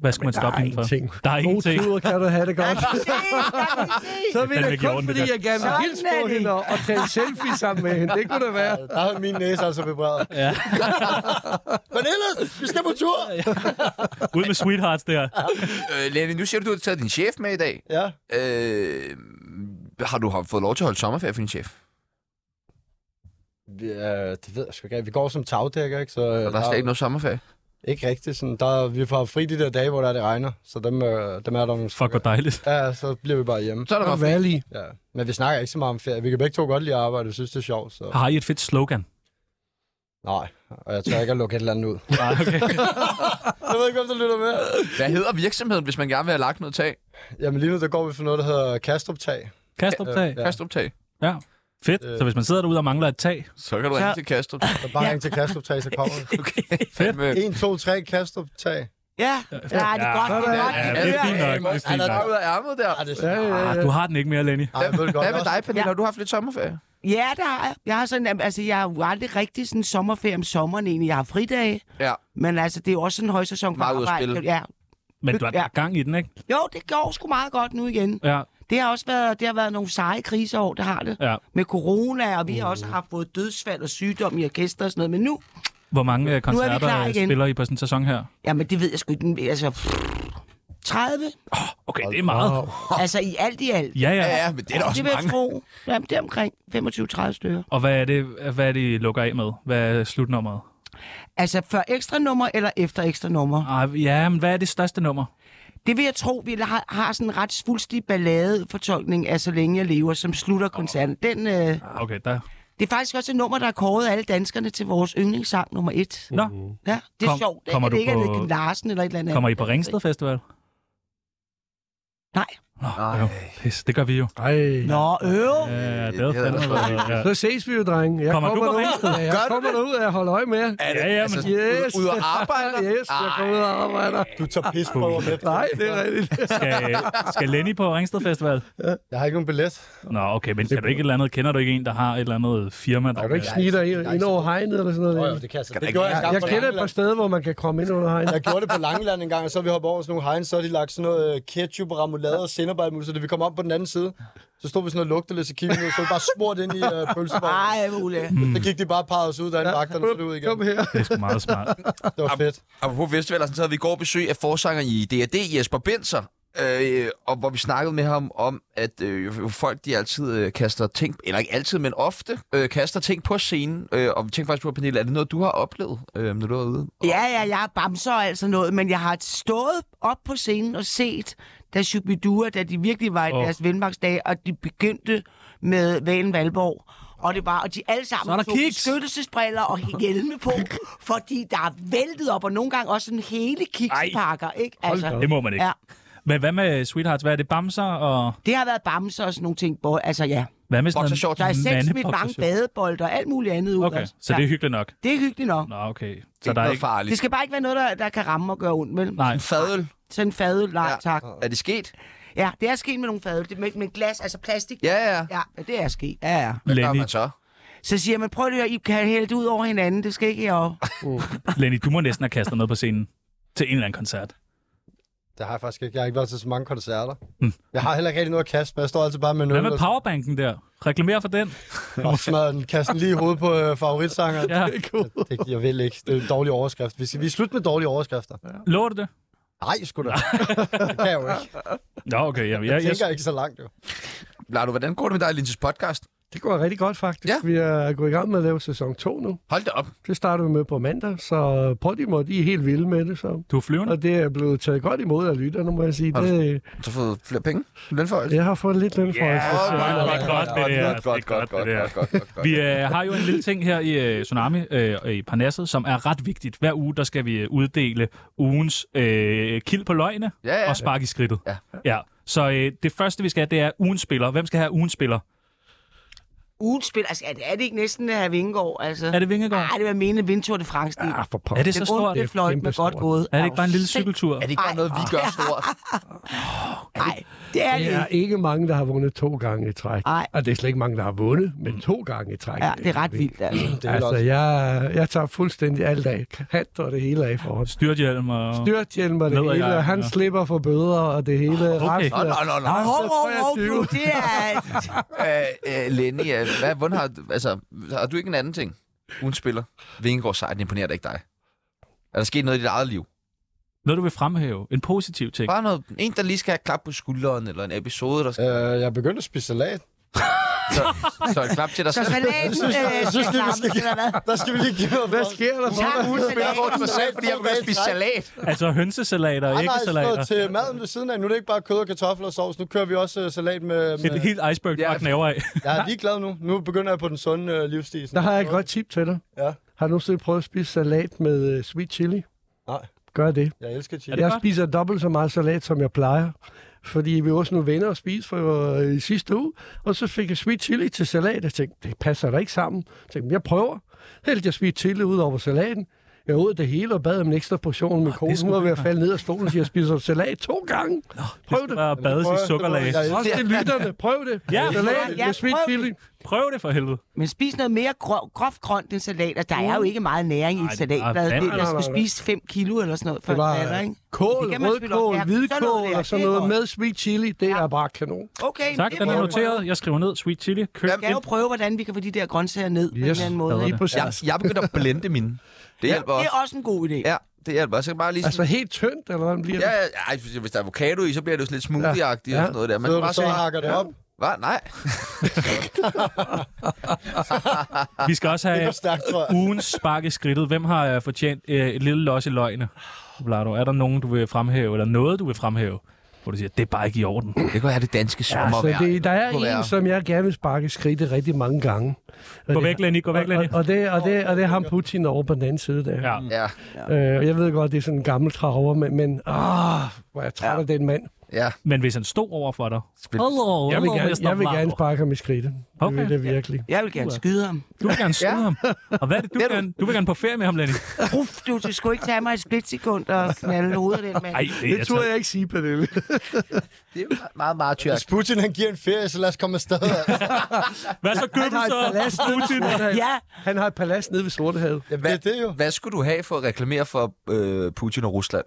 Speaker 3: Hvad skal man stoppe hende for?
Speaker 4: ingenting.
Speaker 3: Der er
Speaker 4: God
Speaker 3: ingenting.
Speaker 4: tur kan du have det
Speaker 3: (laughs)
Speaker 4: godt. Så
Speaker 3: Det er
Speaker 4: ville
Speaker 3: fandme
Speaker 4: det
Speaker 3: ikke i
Speaker 4: kun,
Speaker 3: orden, det
Speaker 4: fordi
Speaker 3: der.
Speaker 4: jeg gerne vil
Speaker 6: Sådan
Speaker 4: hilse
Speaker 6: er
Speaker 4: på
Speaker 6: det.
Speaker 4: hende og og tage en selfie sammen med hende. Det kunne det være.
Speaker 5: Der havde min næse altså vibreret.
Speaker 3: Ja.
Speaker 5: (laughs) Men ellers, vi skal på tur!
Speaker 3: Ud med sweethearts der.
Speaker 2: Øh, Lenny, nu siger du, du har taget din chef med i dag.
Speaker 5: Ja.
Speaker 2: Øh, har du fået lov til at holde sommerferie for din chef?
Speaker 5: Vi, øh, det ved jeg sgu ikke. Vi går som tagdækker, ikke? Så, øh,
Speaker 2: Og der er slet ikke noget sommerferie.
Speaker 5: Ikke rigtigt. Sådan, der, vi får fri de der dage, hvor der det regner, så dem, øh, dem er der nogle
Speaker 3: Fuck, hvor dejligt.
Speaker 5: Ja, så bliver vi bare hjemme.
Speaker 2: Så er der bare
Speaker 4: Valg
Speaker 5: Ja. Men vi snakker ikke så meget om ferie. Vi kan begge to godt lide at arbejde, og synes, det er sjovt. Så.
Speaker 3: Har I et fedt slogan?
Speaker 5: Nej, og jeg tør ikke at lukke et eller andet ud.
Speaker 3: Nej, okay.
Speaker 5: Jeg ved ikke, hvem der lytter med.
Speaker 2: Hvad hedder virksomheden, hvis man gerne vil have lagt noget tag?
Speaker 5: Jamen lige nu, der går vi for noget, der hedder Kastrup-tag. Øh,
Speaker 3: Kastruptag.
Speaker 5: Ja.
Speaker 2: Kastrup-tag.
Speaker 3: Ja. Fedt. Så hvis man sidder derude og mangler et tag,
Speaker 2: Så kan du ringe til Kastrup. øh,
Speaker 5: Så bare ring til Kastrup-tag, så kommer det.
Speaker 2: Fedt. Med,
Speaker 5: 1, 2, 3, Kastrup-tag.
Speaker 6: Ja, nej, det er godt. Det er godt.
Speaker 3: Ja,
Speaker 2: Ja,
Speaker 3: det
Speaker 2: ja,
Speaker 3: er fint nok. Det er
Speaker 2: han
Speaker 3: fint
Speaker 2: er der
Speaker 3: nok.
Speaker 2: ud af ærmet der.
Speaker 5: Ej, det er sådan,
Speaker 3: Ah, du har den ikke mere, Lenny.
Speaker 5: ej, jeg ved det godt.
Speaker 2: Hvad med dig, Pernille?
Speaker 6: Ja.
Speaker 2: Har du haft lidt sommerferie?
Speaker 6: Ja, der har jeg. Jeg har, sådan, altså, jeg har jo aldrig rigtig sådan sommerferie om sommeren egentlig. Jeg har fridage,
Speaker 2: Ja.
Speaker 6: men altså, det er jo også sådan en højsæson for
Speaker 2: Meget ud at
Speaker 6: arbejde.
Speaker 2: spille.
Speaker 6: Ja.
Speaker 3: Men du har
Speaker 6: Ja.
Speaker 3: gang i den, ikke?
Speaker 6: Jo, det går sgu meget godt nu igen.
Speaker 3: Ja.
Speaker 6: Det har også været, det har været nogle seje kriseår, det har det.
Speaker 3: ja. Mm.
Speaker 6: Med corona, og vi har også haft både dødsfald og sygdom i orkester og sådan noget. Men nu,
Speaker 3: Hvor mange øh, koncerter
Speaker 6: klar
Speaker 3: øh,
Speaker 6: igen.
Speaker 3: spiller I på sådan en sæson her?
Speaker 6: jamen det ved jeg sgu ikke, den- altså 30?
Speaker 3: Okay, det er meget.
Speaker 6: Altså i alt i alt.
Speaker 3: Ja, ja.
Speaker 2: Ja, ja, men det er da også
Speaker 6: det vil jeg
Speaker 2: mange.
Speaker 6: tro. Jamen, det er omkring 25-30 stykker.
Speaker 3: Og hvad er det, hvad er det I lukker af med? Hvad er slutnummeret?
Speaker 6: Altså før ekstra nummer eller efter ekstra nummer?
Speaker 3: Ah, ja, men hvad er det største nummer?
Speaker 6: Det vil jeg tro, vi har, har sådan en ret fuldstændig balladefortolkning af Så længe jeg lever, som slutter koncerten. Den, øh,
Speaker 3: Ah, Okay, der.
Speaker 6: det er faktisk også et nummer, der er kåret af alle danskerne til vores yndlingssang nummer et.
Speaker 3: Nå,
Speaker 6: Ja, det er
Speaker 3: Kom-
Speaker 6: sjovt.
Speaker 3: kommer
Speaker 6: Kommer det
Speaker 3: du
Speaker 6: ikke
Speaker 3: på-
Speaker 6: på... Larsen eller et eller andet.
Speaker 3: kommer I
Speaker 6: andet.
Speaker 3: på Ringsted Festival?
Speaker 6: Nej,
Speaker 3: Nå, jo, pis. Det gør vi jo.
Speaker 4: Ej.
Speaker 6: Nå, øv!
Speaker 3: Ja, det er fandme... ja.
Speaker 4: Så ses vi jo, drenge. Jeg
Speaker 3: Kommer
Speaker 4: kommer,
Speaker 3: du på
Speaker 4: derud.
Speaker 3: Ringsted?
Speaker 4: Ja, jeg kommer derud, og jeg holder øje med jer.
Speaker 3: Ja, ja,
Speaker 2: altså,
Speaker 3: men...
Speaker 4: Yes.
Speaker 2: Ud og
Speaker 3: (laughs)
Speaker 2: arbejde?
Speaker 4: (laughs) Yes, jeg kommer ud og arbejder.
Speaker 5: Du tager pis på mig lidt.
Speaker 4: Nej, det er rigtigt.
Speaker 3: Skal, skal Lenny på Ringsted Festival?
Speaker 5: Jeg har ikke nogen billet.
Speaker 3: Nå, okay, men kan du ikke et eller andet, kender du ikke en, der har et eller andet firma? Der,
Speaker 4: Kan du ikke snige dig ind- ind over hegnet eller sådan noget?
Speaker 5: det kan jeg så.
Speaker 2: der
Speaker 5: Det gjorde jeg, engang
Speaker 4: Jeg
Speaker 5: på
Speaker 4: kender et par
Speaker 5: Langeland.
Speaker 4: steder, hvor man kan komme ind under hegnet.
Speaker 5: Jeg gjorde det på Langeland en gang, og så vi hoppet over sådan nogle hegn, så havde de lagt sådan noget øh, ketchup, remoulade og sennebejmus, så da vi kom om på den anden side, så stod vi sådan og lugtede lidt, så kiggede vi ud, så vi bare smurt ind i øh, pølsebordet.
Speaker 6: Ej, Ole.
Speaker 5: Så gik de bare og pegede os ud, derinde vagterne og så ud igen.
Speaker 4: Kom her.
Speaker 3: Det er sgu meget smart.
Speaker 5: Det var fedt.
Speaker 2: Apropos festivaler, sådan, så havde vi i går besøg af forsanger i D&D, Jesper Benser, øh, og hvor vi snakkede med ham om, at øh, folk de altid øh, kaster ting, eller ikke altid, men ofte øh, kaster ting på scenen. Øh, og vi tænkte faktisk på, Pernille, er det noget, du har oplevet, øh, når du er ude?
Speaker 6: Ja, ja, jeg er bamser og alt sådan noget, men jeg har stået op på scenen og set, da Shubidua, da de virkelig var i
Speaker 3: Åh.
Speaker 6: oh. deres venmarksdage, og de begyndte med Valen Valborg. Og det var, og de alle
Speaker 3: Så er der
Speaker 6: sammen
Speaker 3: kiks.
Speaker 6: beskyttelsesbriller og hjelme
Speaker 3: (laughs)
Speaker 6: på, fordi der er væltet op, og nogle gange også sådan hele kikspakker, ikke? Altså,
Speaker 3: Det må man ikke.
Speaker 6: ja.
Speaker 3: Men hvad med Sweethearts? Hvad er det? Bamser og...
Speaker 6: Det har været bamser og sådan nogle ting. Både, altså ja,
Speaker 3: Hvad med sådan
Speaker 2: Boxershorts.
Speaker 6: der er selv
Speaker 3: mande-
Speaker 6: smidt mange
Speaker 3: boxershorts?
Speaker 6: badebolde og alt muligt andet ud.
Speaker 3: Okay,
Speaker 6: også.
Speaker 3: så det er hyggeligt nok.
Speaker 6: det er hyggeligt nok.
Speaker 3: Nå, okay.
Speaker 2: Det
Speaker 3: Så
Speaker 2: er
Speaker 3: der er
Speaker 2: noget
Speaker 3: ikke...
Speaker 2: farligt.
Speaker 6: Det skal bare ikke være noget, der, der kan ramme og gøre ondt, vel?
Speaker 3: Nej,
Speaker 2: En fadøl,
Speaker 6: Sådan en fadøl, nej,
Speaker 2: Ja.
Speaker 6: ja. tak.
Speaker 2: er det sket?
Speaker 6: Ja, det er sket med nogle fadøl. Det- Med, med glas, altså plastik.
Speaker 2: Ja, ja.
Speaker 6: Ja, det er sket. Ja, ja.
Speaker 2: Hvad gør
Speaker 3: Lenny,
Speaker 2: man så?
Speaker 6: Så siger man, prøv lige at I kan hælde det ud over hinanden. Det skal ikke jeg.
Speaker 3: Lenny, du må næsten have kastet noget på scenen til en eller anden koncert.
Speaker 5: Det har jeg faktisk ikke. Jeg har ikke været til så mange koncerter.
Speaker 3: Mm.
Speaker 5: Jeg har heller ikke rigtig noget at kaste, men jeg står altid bare med en
Speaker 3: Hvad
Speaker 5: øl
Speaker 3: med
Speaker 5: og-
Speaker 3: powerbanken der? Reklamer for den.
Speaker 5: og smadrer den. Kaster den lige i hovedet på øh, favoritsangeren.
Speaker 3: Ja.
Speaker 5: Det, jeg vil ikke. Det er en dårlig overskrift. Vi, skal, vi er slut med dårlige overskrifter.
Speaker 3: Lover du det?
Speaker 5: Nej, sgu da. det kan jeg jo ikke.
Speaker 3: Nå, okay. Jamen,
Speaker 5: Jeg
Speaker 3: jeg, jeg,
Speaker 5: tænker ikke så langt, jo.
Speaker 2: Lardo, hvordan går det med dig i Linses podcast?
Speaker 4: Det går rigtig godt, faktisk.
Speaker 2: Ja.
Speaker 4: Vi er gået i gang med at lave sæson 2 nu.
Speaker 2: Hold da op.
Speaker 4: Det starter vi med på mandag, så Podimo, de er helt vilde med det. Så.
Speaker 3: du er flyvende.
Speaker 4: Og det er blevet taget godt imod af lytterne, må jeg sige.
Speaker 2: Har du-
Speaker 4: Det,
Speaker 2: Har Du har fået flere penge. Lønforhøjelse.
Speaker 4: jeg har fået lidt løn for yeah.
Speaker 3: Godt, godt, godt, det der. Det er
Speaker 2: Godt, godt,
Speaker 3: godt, det
Speaker 2: godt,
Speaker 3: der.
Speaker 2: godt, godt, godt, godt.
Speaker 3: Vi øh, har jo en lille ting her i øh, Tsunami øh, og i Parnasset, som er ret vigtigt. Hver uge, der skal vi øh, uddele ugens øh, kild på løgne
Speaker 2: Ja, ja.
Speaker 3: og spark i skridtet.
Speaker 2: Ja.
Speaker 3: ja. Så øh, det første, vi skal have, det er ugens spiller. Hvem skal have ugens spiller?
Speaker 6: Ugens spil, altså er det, er det ikke næsten at have Vingegaard? Altså?
Speaker 3: Er det Vingegaard?
Speaker 6: Nej, det var meningen Vintour de France. Ah,
Speaker 4: for
Speaker 3: Er
Speaker 4: pokker.
Speaker 3: det så stort?
Speaker 6: Det fløjt med godt gået.
Speaker 3: Er det ikke bare en lille cykeltur?
Speaker 2: Er det ikke bare
Speaker 6: Ej.
Speaker 2: noget, vi gør stort?
Speaker 6: Nej, det er det
Speaker 4: Der er
Speaker 6: ikke.
Speaker 4: ikke mange, der har vundet to gange i træk.
Speaker 6: Ej.
Speaker 4: Og det er slet ikke mange, der har vundet, men to gange i træk.
Speaker 6: Ja, det er ret vildt, altså.
Speaker 5: Det er
Speaker 4: Altså,
Speaker 5: altså, også.
Speaker 4: jeg, jeg tager fuldstændig alt af. Hat og det hele af for ham.
Speaker 3: Styrthjelm og...
Speaker 4: Styrthjelm og det
Speaker 3: Ned ad
Speaker 4: hele.
Speaker 3: jakken,
Speaker 4: og Han
Speaker 3: ja. Ah,
Speaker 4: slipper for bøder og det hele.
Speaker 3: okay.
Speaker 4: Resten
Speaker 2: Nå,
Speaker 4: af-
Speaker 2: nå, nå, nå.
Speaker 6: Hov, hov, hov,
Speaker 4: 23.
Speaker 6: du, det er...
Speaker 2: Øh, øh, Lenny, øh, hvad, hvordan har, altså, har du ikke en anden ting? Hun spiller. Vingegaard sejren imponerer da ikke dig. Er der sket noget i dit eget liv?
Speaker 3: Noget, du vil fremhæve. En positiv ting.
Speaker 2: Bare noget, en, der lige skal have klap på skulderen, eller en episode, der skal...
Speaker 5: Øh, jeg begyndte at spise salat.
Speaker 2: Så, så et klap til dig
Speaker 6: Så
Speaker 2: selv.
Speaker 6: salaten øh, skal klappes, eller hvad?
Speaker 5: Der skal vi lige give noget.
Speaker 4: Hvad sker der så?
Speaker 6: Tak,
Speaker 2: Jeg har råd mig selv, fordi jeg begyndte at spise salat.
Speaker 3: Altså hønsesalater og
Speaker 5: Nej, nej, sådan noget
Speaker 3: æggesalater.
Speaker 5: til maden ved siden af. Nu er det ikke bare kød og kartofler og sovs. Nu kører vi også øh, salat med...
Speaker 3: Det er et
Speaker 5: med...
Speaker 3: helt iceberg,
Speaker 2: Ja.
Speaker 3: der knæver af.
Speaker 5: Jeg er lige glad nu. Nu begynder jeg på den sunde øh, livsstil.
Speaker 4: Der har jeg et godt tip til dig.
Speaker 5: Ja.
Speaker 4: Har du nogensinde prøvet at spise salat med uh, sweet chili?
Speaker 5: Nej.
Speaker 4: Gør det.
Speaker 5: Jeg elsker
Speaker 3: Er
Speaker 5: chili.
Speaker 3: det
Speaker 4: Jeg
Speaker 3: godt?
Speaker 4: spiser dobbelt så meget salat, som jeg plejer. Fordi vi var også nogle venner og spise for øh, i sidste uge. Og så fik jeg sweet chili til salat. Jeg tænkte, det passer da ikke sammen. Jeg tænkte, jeg prøver. Helt jeg sweet chili ud over salaten. Jeg åd det hele og bad om en ekstra portion. Min kone
Speaker 3: skulle
Speaker 4: hun var ved at
Speaker 3: man.
Speaker 4: falde ned af stolen, så jeg spiser salat to gange. Prøv det.
Speaker 3: Bare bades i sukkerlag.
Speaker 5: Jeg elsker
Speaker 4: Også til lytterne. Prøv det.
Speaker 3: Ja,
Speaker 4: salat
Speaker 6: ja,
Speaker 4: med sweet
Speaker 6: prøv det.
Speaker 4: chili.
Speaker 3: Prøv det for helvede.
Speaker 6: Men spis noget mere gro- groft grønt end salat. Altså, der er jo ikke meget næring i
Speaker 3: Mm. Ej,
Speaker 6: et
Speaker 3: det er bare
Speaker 6: salatblad.
Speaker 3: vand.
Speaker 6: Det- Jeg
Speaker 4: Nej, nej,
Speaker 6: skulle
Speaker 4: nej.
Speaker 6: spise 5 kilo eller sådan noget for
Speaker 4: Det
Speaker 6: en
Speaker 4: var
Speaker 2: øh,
Speaker 6: batter, ikke?
Speaker 4: Kål,
Speaker 6: Det kan man selvfølgelig godt.
Speaker 4: rødkål,
Speaker 6: Ja, sådan noget
Speaker 4: hvidkål
Speaker 6: der.
Speaker 4: og sådan
Speaker 6: Det er
Speaker 4: noget
Speaker 6: godt.
Speaker 4: med sweet chili. Det er bare kanon.
Speaker 6: Okay,
Speaker 3: Tak, den er noteret. Jeg skriver ned. Sweet chili. Køb
Speaker 6: Vi skal jo
Speaker 3: ind.
Speaker 6: prøve, hvordan vi kan få de der grøntsager ned på en eller anden måde.
Speaker 3: Hvad var
Speaker 4: Lige
Speaker 3: det?
Speaker 4: præcis.
Speaker 2: Jeg, jeg begyndte at blende mine. Det hjælper
Speaker 6: Det
Speaker 2: også.
Speaker 6: er også en god idé.
Speaker 2: Ja, det hjælper også. Jeg kan bare lige
Speaker 4: Altså
Speaker 2: sådan...
Speaker 4: helt tyndt, eller hvordan bliver
Speaker 2: Ja,
Speaker 4: det?
Speaker 2: ja, ej, hvis- hvis der er avocado i, så bliver det jo sådan lidt smoothie-agtigt og sådan noget der. Men
Speaker 5: Ved
Speaker 2: bare
Speaker 5: du, så
Speaker 2: sådan...
Speaker 5: hakker det op.
Speaker 2: Hvad? Nej.
Speaker 3: Vi skal også
Speaker 5: Det
Speaker 3: have
Speaker 5: går stærkt, tror
Speaker 3: (laughs)
Speaker 5: jeg.
Speaker 3: ugens spark i skridtet. Hvem har øh, fortjent øh, et lille los i løgne? Vlado, er der nogen, du vil fremhæve, eller noget, du vil fremhæve, hvor du siger, det er bare ikke i orden?
Speaker 2: Det kunne være det danske sommervejr.
Speaker 4: Altså, det, der er
Speaker 2: Kunne være.
Speaker 4: en, som jeg gerne vil sparke skridtet rigtig mange gange.
Speaker 3: Gå
Speaker 4: Og det-
Speaker 3: væk, Lenny, gå væk, Lenny.
Speaker 4: Og, og, det, og, det, og det er ham Putin over på den anden side der.
Speaker 3: Ja.
Speaker 2: Ja.
Speaker 4: Øh, og jeg ved godt, det er sådan en gammel traver, men, men ah, hvor er jeg træt af den mand.
Speaker 2: Ja.
Speaker 3: Men hvis han stod over for dig...
Speaker 2: Spil-
Speaker 3: Hello,
Speaker 4: Jeg vil
Speaker 3: hello,
Speaker 4: gerne,
Speaker 3: Mr.
Speaker 4: jeg vil gerne
Speaker 3: Vlado.
Speaker 4: sparke ham i skridtet. Okay.
Speaker 3: Okay.
Speaker 4: Det vil jeg virkelig.
Speaker 6: Jeg vil gerne
Speaker 3: Uha.
Speaker 6: skyde ham.
Speaker 3: Du vil gerne skyde ham. Og hvad er det, du,
Speaker 6: Det er
Speaker 3: vil gerne, du vil gerne på ferie med ham, Lenny?
Speaker 6: Ruf, du, du skulle ikke tage mig et splitsekund og knalde hovedet af den mand.
Speaker 3: Nej, det,
Speaker 4: Det tror jeg ikke sige, Pernille.
Speaker 2: Det er jo meget, meget
Speaker 5: Hvis
Speaker 2: tyrt.
Speaker 5: Putin han giver en ferie, så lad os komme afsted. altså.
Speaker 3: Hvad så køber du
Speaker 4: har et
Speaker 3: så,
Speaker 4: palads
Speaker 3: Putin?
Speaker 6: Ja,
Speaker 4: Han har et palads nede ved Sortehavet.
Speaker 5: det er det jo.
Speaker 2: Hvad skulle du have for at reklamere for øh, Putin og Rusland?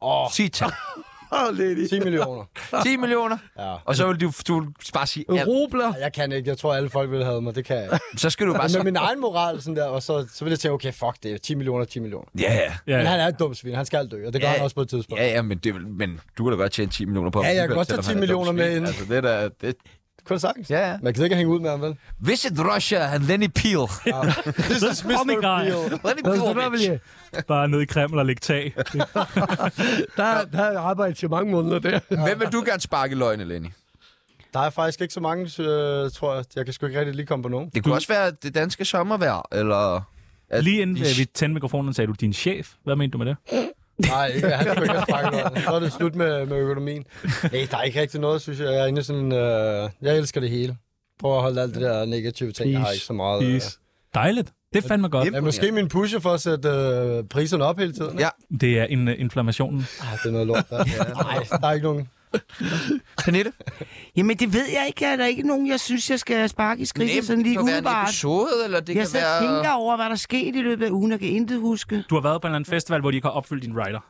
Speaker 2: Oh. Sig
Speaker 5: (laughs)
Speaker 2: tak.
Speaker 4: Åh, oh, lady.
Speaker 5: 10 millioner.
Speaker 2: 10 millioner.
Speaker 5: Ja.
Speaker 2: Og så vil du, du vil bare sige alt.
Speaker 4: Rubler.
Speaker 5: Jeg kan ikke. Jeg tror, alle folk ville have mig. Det kan jeg ikke.
Speaker 2: Så skal du bare
Speaker 5: Altså,
Speaker 2: sige...
Speaker 5: med min egen moral sådan der, og så, så vil jeg tænke, okay, fuck det, 10 millioner, 10 millioner.
Speaker 2: Ja, ja.
Speaker 3: Ja,
Speaker 5: Men han er et dum svin, han skal dø, og det gør
Speaker 2: Ja.
Speaker 5: han også på et tidspunkt.
Speaker 2: Ja, ja, men, det, vil- men du kan da godt tjene 10 millioner på
Speaker 5: Ja,
Speaker 2: ham
Speaker 5: jeg kan
Speaker 2: alligevel,
Speaker 5: godt tage
Speaker 2: selvom han
Speaker 5: 10
Speaker 2: er dum
Speaker 5: millioner med
Speaker 2: svin.
Speaker 5: ind.
Speaker 2: Altså, det er da... Det,
Speaker 5: Kun sagtens.
Speaker 2: ja, ja.
Speaker 5: Man kan ikke hænge ud med ham, vel?
Speaker 2: Visit Russia and Lenny Peel.
Speaker 5: This is
Speaker 3: funny guy.
Speaker 2: Lenny
Speaker 4: Nå, så der, vil
Speaker 2: Peel.
Speaker 4: jeg,
Speaker 3: bare ned i Kreml og lægge tag.
Speaker 4: der, der har jeg arbejdet til mange måneder der.
Speaker 2: Hvem vil du gerne sparke i løgne, Lenny?
Speaker 5: Der er faktisk ikke så mange, øh, tror jeg. Jeg kan sgu ikke rigtig lige komme på nogen.
Speaker 2: Det kunne også være det danske sommervejr, eller... at-
Speaker 3: Lige inden øh,
Speaker 2: Ish.
Speaker 3: vi tændte mikrofonen, sagde du din chef. Hvad mente du med det?
Speaker 5: Nej, ikke, han skulle ikke have noget. (laughs) Så er det slut med, med økonomien. Nej, der er ikke rigtig noget, synes jeg. Jeg er inde i sådan, øh, jeg elsker det hele. Prøv at holde alt det der negative ting. Jeg har ikke så meget. Øh.
Speaker 3: Is. Dejligt. Det er fandme godt.
Speaker 5: Ja, måske min pusher for at sætte øh, priserne op hele tiden. ikke?
Speaker 2: Ja.
Speaker 3: Det er en uh, inflammationen.
Speaker 5: Ej, det er noget lort. Der. (laughs) Nej, der er ikke nogen.
Speaker 2: Pernille?
Speaker 6: jamen det ved jeg ikke. Der er der ikke nogen, jeg synes, jeg skal sparke i skridtet sådan
Speaker 2: Det
Speaker 6: lige
Speaker 2: kan være en
Speaker 6: umiddelbart.
Speaker 2: episode, eller det
Speaker 6: Jeg
Speaker 2: kan
Speaker 6: så
Speaker 2: være...
Speaker 6: tænker over, hvad der skete i løbet af ugen, og kan intet huske.
Speaker 3: Du har været på en eller anden festival, hvor de ikke har opfyldt din rider.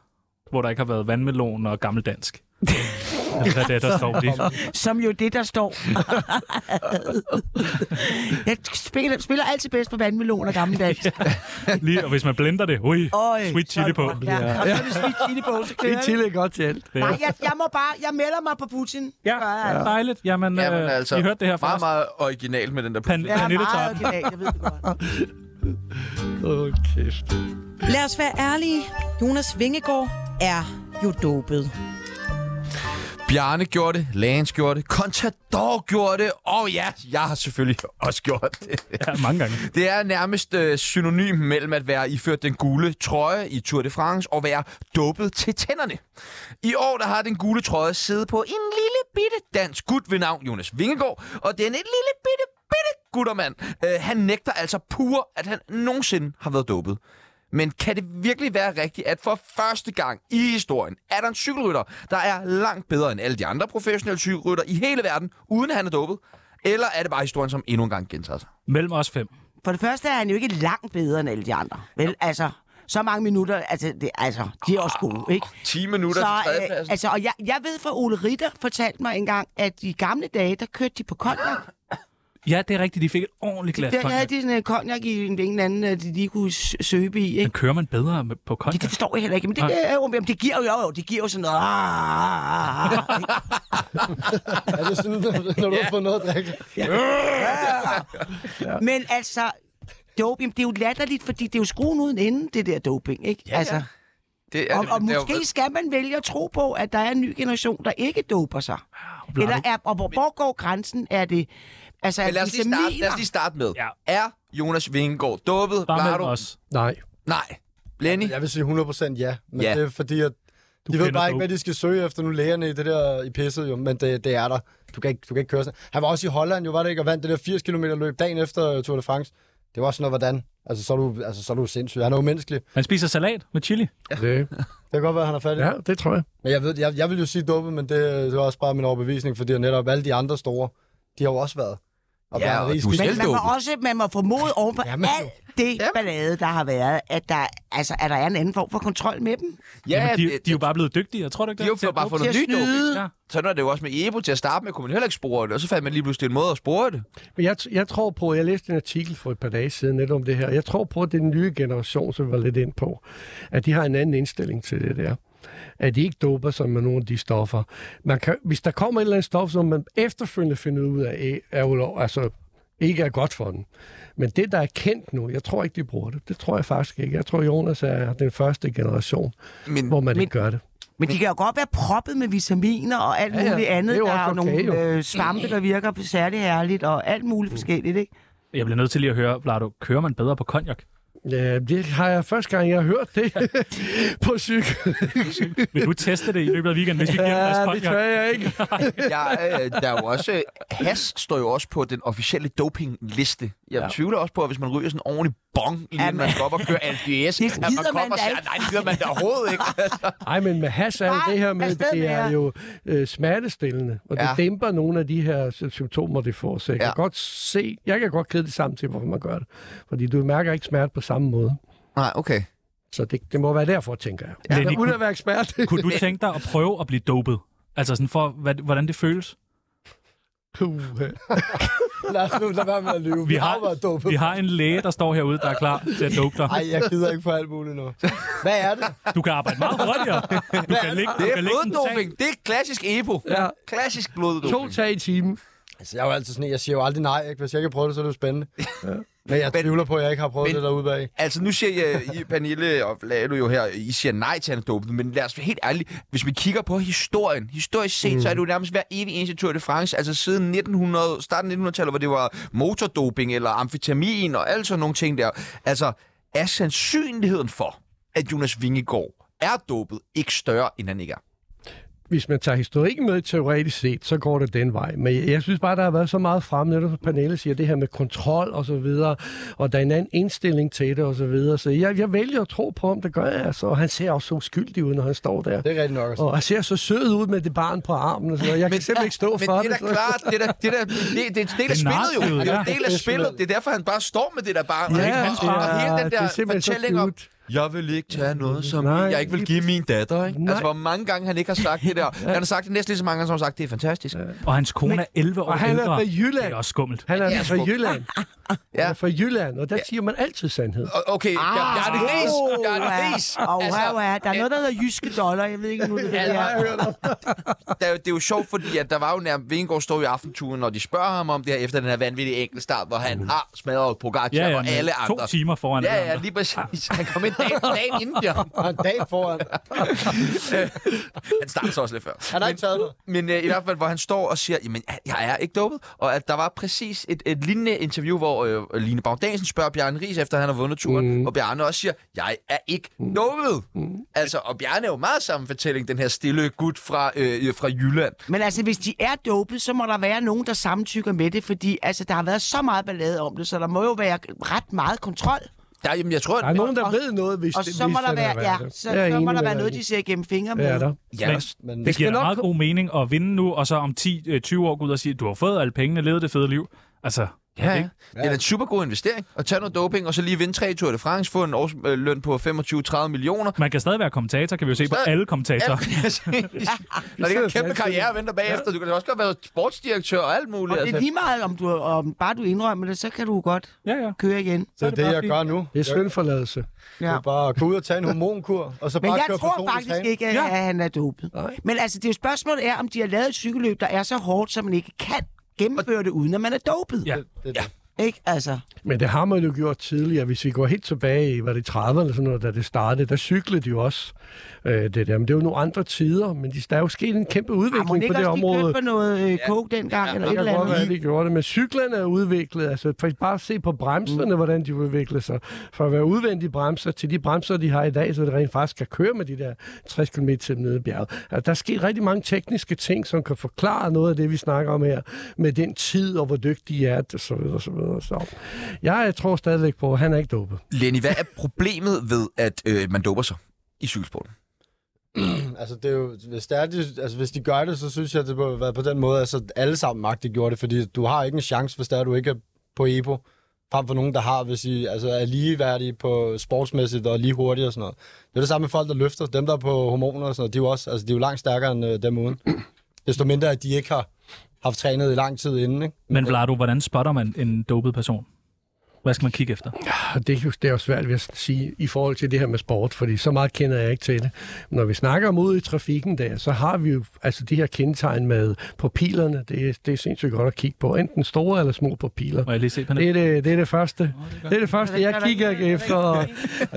Speaker 3: Hvor der ikke har været vandmelon og
Speaker 6: (laughs)
Speaker 3: gammeldansk. det er det, der står på dit.
Speaker 6: Som jo det, der står. jeg spiller, spiller altid bedst på vandmelon og gammeldags.
Speaker 3: Lige, og hvis man blender det, ui,
Speaker 6: Øj,
Speaker 3: sweet chili på.
Speaker 6: Ja, og så er det sweet chili på, så
Speaker 4: Det
Speaker 6: kører det.
Speaker 4: tillæg godt til alt.
Speaker 3: Det er-
Speaker 6: Nej, jeg, jeg må bare, jeg melder mig på Putin.
Speaker 3: Ja,
Speaker 6: altså.
Speaker 3: dejligt. Jamen,
Speaker 2: Jamen,
Speaker 3: øh,
Speaker 2: altså,
Speaker 3: I hørte det her
Speaker 2: Meget,
Speaker 3: først.
Speaker 2: meget original med den der...
Speaker 3: Pan-
Speaker 6: Jeg er
Speaker 3: Pernille
Speaker 6: meget
Speaker 3: tager.
Speaker 6: original, jeg ved det godt.
Speaker 4: Åh, kæft.
Speaker 8: Lad os være ærlige. Jonas Vingegaard er jo dopet.
Speaker 2: Bjarne gjorde det, Lance gjorde det, Contador gjorde det, og ja, jeg har selvfølgelig også gjort det.
Speaker 3: Ja, mange gange.
Speaker 2: Det er nærmest øh, synonym mellem at være iført den gule trøje i Tour de France og være dopet til tænderne. I år der har den gule trøje siddet på en lille bitte dansk gut ved navn Jonas Vingegaard, og denne lille bitte, bitte guttermand, øh, han nægter altså pur, at han nogensinde har været dopet. Men kan det virkelig være rigtigt, at for første gang i historien er der en cykelrytter, der er langt bedre end alle de andre professionelle cykelrytter i hele verden, uden at han er dopet? Eller er det bare historien, som endnu en gang gentager sig?
Speaker 3: Mellem os fem.
Speaker 6: For det første er han jo ikke langt bedre end alle de andre. Vel, altså, så mange minutter, altså, det, altså de er også gode, ikke?
Speaker 2: 10 minutter til
Speaker 6: Så, øh,
Speaker 2: tredjepladsen.
Speaker 6: altså, og jeg, jeg ved fra Ole Ritter fortalte mig engang, at i gamle dage, der kørte de på konjak.
Speaker 3: Ja, det er rigtigt. De fik et ordentligt glas.
Speaker 6: Der
Speaker 3: cognac.
Speaker 6: havde de sådan en konjak i en eller anden, øh, de lige kunne s- søbe i,
Speaker 3: Men
Speaker 6: ikke?
Speaker 3: kører man bedre med- på
Speaker 6: Det, det
Speaker 3: konjak?
Speaker 6: forstår jeg heller ikke, men det,
Speaker 3: Nej.
Speaker 6: øh, jo, jamen, det giver jo, jo, det giver jo sådan noget. Ah, ah, ah, ikke?
Speaker 5: Er det sådan, når du har fået noget at drikke?
Speaker 6: ah. Men altså, dope, jamen, det er jo latterligt, fordi det er jo skruen uden ende, det der doping, ikke?
Speaker 2: ja.
Speaker 6: altså,
Speaker 2: Det er,
Speaker 6: og, og
Speaker 2: det er jo-
Speaker 6: måske skal man vælge at tro på, at der er en ny generation, der ikke doper sig. Eller er, og hvor, hvor går grænsen? Er det... Altså, er
Speaker 2: Men lad os,
Speaker 6: det
Speaker 2: lige starte, lad
Speaker 6: vitaminer?
Speaker 2: os lige starte med.
Speaker 3: Ja.
Speaker 2: Ja. Er Jonas Vingegaard dopet?
Speaker 3: Bare
Speaker 2: Var
Speaker 3: mellem
Speaker 2: du?
Speaker 3: os.
Speaker 4: Nej.
Speaker 2: Nej. Lenny?
Speaker 5: Jeg vil sige 100% ja. Men
Speaker 2: Ja.
Speaker 5: det er fordi, at
Speaker 3: Du
Speaker 5: de ved
Speaker 3: kender
Speaker 5: bare ikke,
Speaker 3: dope.
Speaker 5: hvad de skal søge efter nu, lægerne i det der i pisset, jo. Men det, det er der. Du kan, ikke, du kan ikke køre sådan. Han var også i Holland, jo, var det ikke, og vandt det der 80 km løb dagen efter øh, Tour de France. Det var også sådan noget, hvordan? Altså, så er du, altså, så er du sindssyg. Han er umenneskelig.
Speaker 3: Man spiser salat med chili.
Speaker 4: Det.
Speaker 5: Det kan godt være, han har fat i.
Speaker 4: Ja, det tror jeg.
Speaker 5: Men jeg, ved, jeg, jeg vil jo sige duppe, men det, øh, det er også bare min overbevisning, fordi netop alle de andre store, de har jo også været. Og
Speaker 2: Ja,
Speaker 5: Bjarne
Speaker 2: og
Speaker 5: Riis-
Speaker 2: du er selv
Speaker 6: Men man må
Speaker 2: dopet.
Speaker 6: også man må formode oven på
Speaker 5: Jamen.
Speaker 6: alt det ballade, der har været, at der, altså, at der er en anden form for kontrol med dem.
Speaker 2: Ja,
Speaker 3: Jamen, de,
Speaker 2: det-
Speaker 3: de er jo bare blevet dygtige, jeg tror du ikke
Speaker 2: de
Speaker 3: det?
Speaker 2: har jo bare fundet
Speaker 6: til
Speaker 2: ny
Speaker 6: at snyde.
Speaker 2: doping. Sådan er det jo også med Ebo til at starte med, kunne man heller ikke spore det, og så fandt man lige pludselig en måde at spore det.
Speaker 4: Men jeg, t- jeg tror på, jeg læste en artikel for et par dage siden netop om det her. Jeg tror på, at den nye generation, som vi var lidt ind på, at de har en anden indstilling til det der. At de ikke doper sig med nogle af de stoffer. Man kan, hvis der kommer et eller andet stof, som man efterfølgende finder ud af, er ulov, altså ikke er godt for den. Men det, der er kendt nu, jeg tror ikke, de bruger det. Det tror jeg faktisk ikke. Jeg tror, Jonas er den første generation,
Speaker 2: Men-
Speaker 4: men, hvor man men, ikke gør det.
Speaker 6: Men de kan jo godt være proppet med vitaminer og alt ja, ja. muligt andet.
Speaker 4: Det er jo
Speaker 6: der er
Speaker 4: også
Speaker 6: jo
Speaker 4: okay,
Speaker 6: nogle øh, svampe, der virker særlig herligt, og alt muligt forskelligt, ikke?
Speaker 3: Jeg bliver nødt til lige at høre, Vlado, kører man bedre på konjak?
Speaker 4: Ja, det har jeg første gang, jeg har hørt
Speaker 3: (laughs)
Speaker 4: det på cykel.
Speaker 3: Vil du teste det i løbet af weekenden, hvis vi giver ja,
Speaker 4: Ja,
Speaker 3: en
Speaker 4: det
Speaker 3: podcast?
Speaker 4: tør jeg ikke.
Speaker 2: Jeg, øh, der er jo også... øh, Has står jo også på den officielle dopingliste. Jeg ja. tvivler også på, at hvis man ryger sådan en ordentlig bong, lige ja,
Speaker 6: Jamen.
Speaker 2: man skal op og kører
Speaker 6: (laughs)
Speaker 2: LDS, at man
Speaker 6: gider
Speaker 2: kommer
Speaker 6: man
Speaker 2: og
Speaker 6: da
Speaker 2: siger,
Speaker 6: ikke.
Speaker 2: nej, det gider man da overhovedet
Speaker 6: (laughs)
Speaker 2: ikke.
Speaker 4: Ej, men med hash er jo
Speaker 6: Nej,
Speaker 4: det her med,
Speaker 6: afsted
Speaker 4: det
Speaker 6: med
Speaker 4: er
Speaker 6: jer.
Speaker 4: jo øh, smertestillende, og det
Speaker 2: Ja.
Speaker 4: ja. dæmper nogle af de her sy- symptomer, det får. Så jeg ja.
Speaker 2: Ja.
Speaker 4: kan godt se, jeg kan godt kede det sammen til, hvorfor man gør det. Fordi du mærker ikke smerte på samme måde.
Speaker 2: nej, okay.
Speaker 4: Så det, det må være derfor, tænker jeg.
Speaker 3: Ja.
Speaker 4: Ja.
Speaker 3: Lenny,
Speaker 4: Men uden
Speaker 3: kunne-
Speaker 4: at være ekspert.
Speaker 3: Kunne du tænke dig at prøve at blive dopet? Altså sådan for, hvad, hvordan det føles?
Speaker 4: (laughs) Puha.
Speaker 5: (laughs) Lad os nu lade være med at lyve.
Speaker 3: Vi har,
Speaker 5: været dopet.
Speaker 3: vi har en læge, der står herude, der er klar til at dope dig.
Speaker 5: Ej, jeg gider ikke på alt
Speaker 3: (laughs)
Speaker 5: muligt nu. Hvad er det?
Speaker 3: Du kan arbejde meget hurtigere. Du kan ligge,
Speaker 2: Det
Speaker 3: du
Speaker 2: er
Speaker 3: kan ligge en sag.
Speaker 2: bloddoping. Det er klassisk EPO.
Speaker 4: Ja.
Speaker 2: Klassisk
Speaker 4: To
Speaker 2: bloddoping.
Speaker 4: tag i timen.
Speaker 5: Altså, jeg er jo altid sådan, en, jeg siger jo aldrig nej. Ikke? Hvis jeg ikke har prøvet det, så er det jo spændende. Ja. Men jeg tvivler på, at jeg ikke har prøvet
Speaker 2: Men-
Speaker 5: men, det derude bag.
Speaker 2: Altså, nu siger jeg, I, Pernille og Lalo jo her, I siger nej til anadopet, men lad os være helt ærlige, hvis vi kigger på historien, historisk set, mm. så er det jo nærmest hver evig eneste Tour de France, altså siden 1900, starten af 1900-tallet, hvor det var motordoping eller amfetamin og alt sådan nogle ting der. Altså, er sandsynligheden for, at Jonas Vingegaard er dopet, ikke større, end han ikke er?
Speaker 4: hvis man tager historikken med teoretisk set, så går det den vej. Men jeg, jeg synes bare, der har været så meget frem, netop som Pernille siger, det her med kontrol og så videre, og der er en anden indstilling til det og så videre. Så jeg, jeg vælger at tro på ham, det gør jeg altså. Og han ser også så uskyldig ud, når han står der.
Speaker 5: Det er rigtigt nok.
Speaker 4: Og han ser så sød ud med det barn på armen og så videre. Jeg kan simpelthen ikke stå
Speaker 2: Men
Speaker 4: for
Speaker 2: det er
Speaker 4: det.
Speaker 2: da klart, det er da, det er da, det, det, er en del af
Speaker 3: Det er
Speaker 2: spillet jo.
Speaker 3: narrativet,
Speaker 2: Det er
Speaker 3: ja.
Speaker 2: en del af spillet. Det er derfor, han bare står med det der barn. og
Speaker 4: Ja,
Speaker 2: ikke hans
Speaker 4: det
Speaker 2: barn. Og hele
Speaker 4: er-
Speaker 2: den
Speaker 4: det
Speaker 2: der
Speaker 4: er simpelthen så
Speaker 2: fortælling om,
Speaker 4: cute.
Speaker 2: jeg vil ikke tage noget, som
Speaker 4: Nej,
Speaker 2: jeg ikke vil give min datter. Ikke?
Speaker 4: Nej.
Speaker 2: Altså, hvor mange gange han ikke har sagt det
Speaker 3: (laughs)
Speaker 2: der. Han har sagt det næsten lige så mange gange, som han har sagt, det er fantastisk.
Speaker 3: Og hans kone er 11 år
Speaker 4: Og han er
Speaker 3: ældre.
Speaker 4: fra
Speaker 3: Det
Speaker 4: Jylland.
Speaker 3: er også skummelt.
Speaker 4: Han er fra Jylland.
Speaker 2: Ja.
Speaker 4: Ja. Han er fra Jylland, og der siger man altid sandhed.
Speaker 2: Og- Okay, jeg, jeg er det
Speaker 3: Ah.
Speaker 2: ris. Jeg er det ris.
Speaker 6: Og
Speaker 2: Altså,
Speaker 6: der er noget, der hedder jyske dollar. Jeg ved ikke, nu det er.
Speaker 2: der, er jo- det er jo sjovt, fordi at der var jo nærmest... Vingård stod i aftenturen, når de spørger ham om det her, efter den her vanvittige enkeltstart, hvor han har smadret Pogacar
Speaker 3: Mm. Ja, ja,
Speaker 2: og
Speaker 3: men
Speaker 2: alle
Speaker 3: to
Speaker 2: andre.
Speaker 3: timer foran alle
Speaker 2: Ja, ja,
Speaker 3: andre.
Speaker 2: lige præcis. Han kom ind dagen, dagen inden, Bjørn.
Speaker 5: (laughs) Og en dag foran.
Speaker 2: (laughs) Han startede så også lidt før.
Speaker 5: Han har ikke taget noget.
Speaker 2: Men øh, i hvert fald, hvor han står og siger, jamen, jeg er ikke dopet. Og at der var præcis et, et lignende interview, hvor øh, Line Bagdansen spørger Bjarne Ries, efter han har vundet turen. Mm. Og Bjarne også siger, jeg er ikke dopet. Mm. Altså, og Bjarne er jo meget samme fortælling, den her stille gut fra, øh, fra Jylland.
Speaker 6: Men altså, hvis de er dopet, så må der være nogen, der samtykker med det, fordi altså, der har været så meget ballade om det, så der må jo være ret meget kontrol.
Speaker 2: Der, jamen, jeg tror,
Speaker 4: Der er
Speaker 2: at...
Speaker 4: nogen, der ved noget, hvis
Speaker 6: Og
Speaker 4: det
Speaker 6: så må
Speaker 4: hvis
Speaker 6: der
Speaker 4: han har
Speaker 6: være, ja,
Speaker 4: det.
Speaker 6: så,
Speaker 4: Jeg er
Speaker 6: så må
Speaker 4: enig
Speaker 6: der
Speaker 4: med
Speaker 6: være
Speaker 4: dig.
Speaker 6: noget, de ser gennem fingre med.
Speaker 4: Det er der.
Speaker 2: Ja,
Speaker 3: Men-
Speaker 5: Men
Speaker 3: Det giver da
Speaker 4: nok
Speaker 3: meget god mening at vinde nu, og så om 10-20 år gå ud og sige, at du har fået alle pengene, levet det fede liv. Altså,
Speaker 2: Ja, ja. Det er da en super god investering at tage noget doping, og så lige vinde tre Tour de France, få en års, øh, løn på 25-30 millioner.
Speaker 3: man kan stadig være kommentator, kan vi jo se på
Speaker 2: Stadig-
Speaker 3: alle kommentatorer.
Speaker 2: (laughs) Når det ikke er en kæmpe karriere venter bagefter, du kan da også godt være sportsdirektør og alt muligt.
Speaker 6: Og det er
Speaker 2: altså.
Speaker 6: lige meget, om, du, om bare du indrømmer det, så kan du godt
Speaker 3: Ja, ja.
Speaker 6: køre igen.
Speaker 5: Det er det, jeg gør nu.
Speaker 4: Det er syndforladelse.
Speaker 5: Det
Speaker 6: Ja.
Speaker 5: er bare at gå ud og tage en hormonkur, og så
Speaker 6: Men
Speaker 5: bare
Speaker 6: jeg
Speaker 5: køre
Speaker 6: tror
Speaker 5: personlig
Speaker 6: faktisk
Speaker 5: træning.
Speaker 6: ikke, at, ja. at han er dopet. Nej. Men altså, det er jo spørgsmålet er, om de har lavet et cykelløb, der er så hårdt, så man ikke kan gennemføre det, uden at man er dopet.
Speaker 3: Ja.
Speaker 5: Det er det.
Speaker 6: Ikke? Altså,
Speaker 4: Men det har man jo gjort tidligere. Hvis vi går helt tilbage i, var det 30'erne eller sådan noget, da det startede, der cyklede de jo også øh, det der. Men det var nogle andre tider, men de, der er jo sket en kæmpe
Speaker 6: har
Speaker 4: udvikling
Speaker 6: man
Speaker 4: på
Speaker 6: Ah, ikke
Speaker 4: det
Speaker 6: også lige købt
Speaker 4: område.
Speaker 6: på noget øh, coke
Speaker 2: Ja,
Speaker 6: dengang, ja, eller et
Speaker 4: Det
Speaker 6: eller
Speaker 4: kan godt
Speaker 6: andet?
Speaker 4: være, de gjorde det, men cyklerne er udviklet. Altså, for bare se på bremserne, mm. hvordan de udvikler sig. Fra at være udvendige bremser til de bremser, de har i dag, så det rent faktisk kan køre med de der 60 km til nede i bjerget. Altså, der er sket rigtig mange tekniske ting, som kan forklare noget af det, vi snakker om her, med den tid og hvor dygtige de er, og så videre, så videre. Så jeg tror stadigvæk på, at han er ikke dopet.
Speaker 2: Lenny, hvad er problemet ved, at øh, man doper sig i cykelsporten?
Speaker 5: Altså, det er jo, hvis, det er, de, altså, hvis de gør det, så synes jeg, det bør være på den måde, altså alle sammen magtigt gjorde det, fordi du har ikke en chance, hvis der du ikke er på EPO, frem for nogen, der har, hvis I altså, er ligeværdige på sportsmæssigt og lige hurtige og sådan noget. Det er det samme med folk, der løfter. Dem, der er på hormoner og sådan noget, de er jo, også, altså, de er jo langt stærkere end øh, dem uden. (clears throat) Desto mindre, at de ikke har haft trænet i lang tid inden, ikke?
Speaker 3: Men Vlado, hvordan spotter man en dopet person? Hvad skal man kigge efter?
Speaker 4: Og det, er jo- det er jo svært ved at sige i forhold til det her med sport, fordi så meget kender jeg ikke til det. Når vi snakker om ude i trafikken der, så har vi jo altså de her kendetegn med papilerne. Det, er- det er sindssygt godt at kigge på. Enten store eller små papiler.
Speaker 3: Må jeg lige se på
Speaker 4: Det
Speaker 3: det?
Speaker 4: er det, det er det første. Det er det første, jeg kigger efter. Og,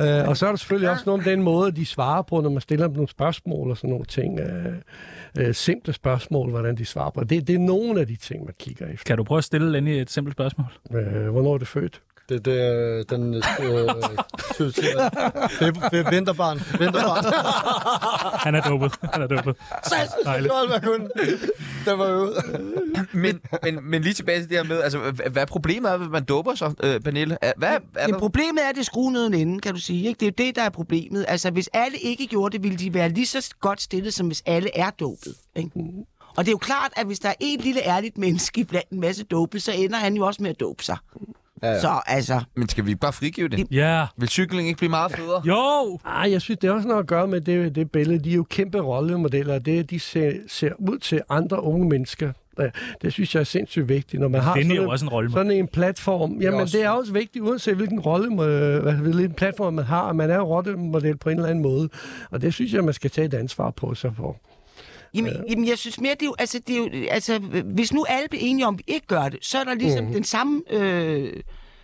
Speaker 4: øh, og så er der selvfølgelig også noget om den måde, de svarer på, når man stiller dem nogle spørgsmål og sådan nogle ting. Øh, øh, simple spørgsmål, hvordan de svarer på. Det, det er nogle af de ting, man kigger efter.
Speaker 3: Kan du prøve at stille Lenny et simpelt spørgsmål?
Speaker 4: Øh, hvornår er det født?
Speaker 5: Det, det er den øh, syv timer. Det, det er vinterbarn. Vinterbarn.
Speaker 3: Han er dopet. Han er dopet.
Speaker 5: Det
Speaker 3: (laughs) Dejligt.
Speaker 5: var alt, kun. Den var jo
Speaker 2: Men, men, men lige tilbage til det her med, altså, h- hvad problemet er, hvis man doper sig, øh, Pernille? Er- Hvad er
Speaker 6: Men
Speaker 2: der?
Speaker 6: problemet er, at det er skruen uden ende, kan du sige. Ikke? Det er jo det, der er problemet. Altså, hvis alle ikke gjorde det, ville de være lige så godt stillet, som hvis alle er dopet. Ikke? Og det er jo klart, at hvis der er en lille ærligt menneske blandt en masse dopet, så ender han jo også med at dope sig. Ja, ja. Så altså,
Speaker 2: Men skal vi ikke bare frigive det?
Speaker 3: Ja.
Speaker 2: Vil cykling ikke blive meget federe?
Speaker 3: Jo!
Speaker 4: Ah, jeg synes, det er også noget at gøre med det, det billede. De er jo kæmpe rollemodeller, og det, de ser, ser ud til andre unge mennesker. Ja, Det synes jeg er sindssygt vigtigt, når man har
Speaker 3: Finde er
Speaker 4: sådan,
Speaker 3: jo også en rolle.
Speaker 4: sådan en platform. Jamen, det er også vigtigt, uanset hvilken rolle, må- hvad- hvilken platform man har, at man er jo rollemodel på en eller anden måde. Og det synes jeg, man skal tage et ansvar på sig for.
Speaker 6: Jamen, ja. jamen, jeg synes mere, det er jo, altså, det er jo, altså, hvis nu alle bliver enige om, at vi ikke gør det, så er der ligesom mm. den samme... Øh,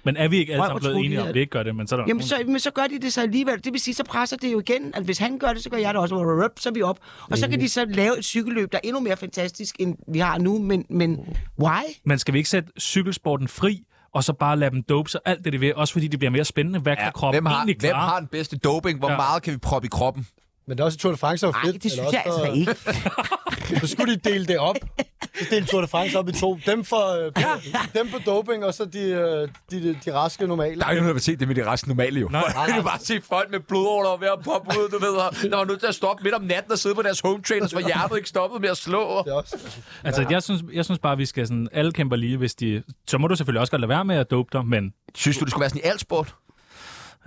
Speaker 3: Men er vi ikke alle
Speaker 6: Røv
Speaker 3: sammen
Speaker 6: og
Speaker 3: blevet
Speaker 6: trutte,
Speaker 3: enige om,
Speaker 6: ja.
Speaker 3: at vi ikke gør det? Men så er der
Speaker 6: jamen,
Speaker 3: nogen-
Speaker 6: så, men så gør de det så alligevel. Det vil sige, så presser det jo igen, at hvis han gør det, så gør jeg det også. Rup, Så er vi op. Og så kan de så lave et cykelløb, der er endnu mere fantastisk, end vi har nu. Men, men why?
Speaker 3: Men skal vi ikke sætte cykelsporten fri, og så bare lade dem dope sig alt det, de vil? Også fordi det bliver mere spændende. Hvad kan kroppen
Speaker 2: hvem, har,
Speaker 3: egentlig
Speaker 2: hvem
Speaker 3: klare?
Speaker 2: har den bedste doping? Hvor
Speaker 3: Ja.
Speaker 2: ja. meget kan vi proppe i kroppen?
Speaker 5: Men det er også i Tour de France, der var
Speaker 6: Nej,
Speaker 5: fedt.
Speaker 6: det synes
Speaker 5: eller
Speaker 6: jeg
Speaker 5: også,
Speaker 6: altså
Speaker 5: der-
Speaker 6: ikke.
Speaker 5: Så skulle de dele det
Speaker 6: (laughs)
Speaker 5: op. Så delte Tour de France op i to. Dem, for, øh, dem på doping, og så de, øh, de, de raske normale.
Speaker 2: Der er jo ikke nogen, der vil se det med de resten normale, (laughs) jo. Nej, nej, nej. bare se folk med blodårler og ved at poppe ud, du ved. og Der var nødt til at stoppe midt om natten og sidde på deres home trainers, for hjertet ikke stoppede med at slå.
Speaker 5: Det er også.
Speaker 3: Altså, jeg synes, jeg synes bare, at vi skal sådan... Alle kæmper lige, hvis de... Så må du selvfølgelig også godt lade være med at dope dig, men...
Speaker 2: Synes du, det skulle være sådan i alt sport?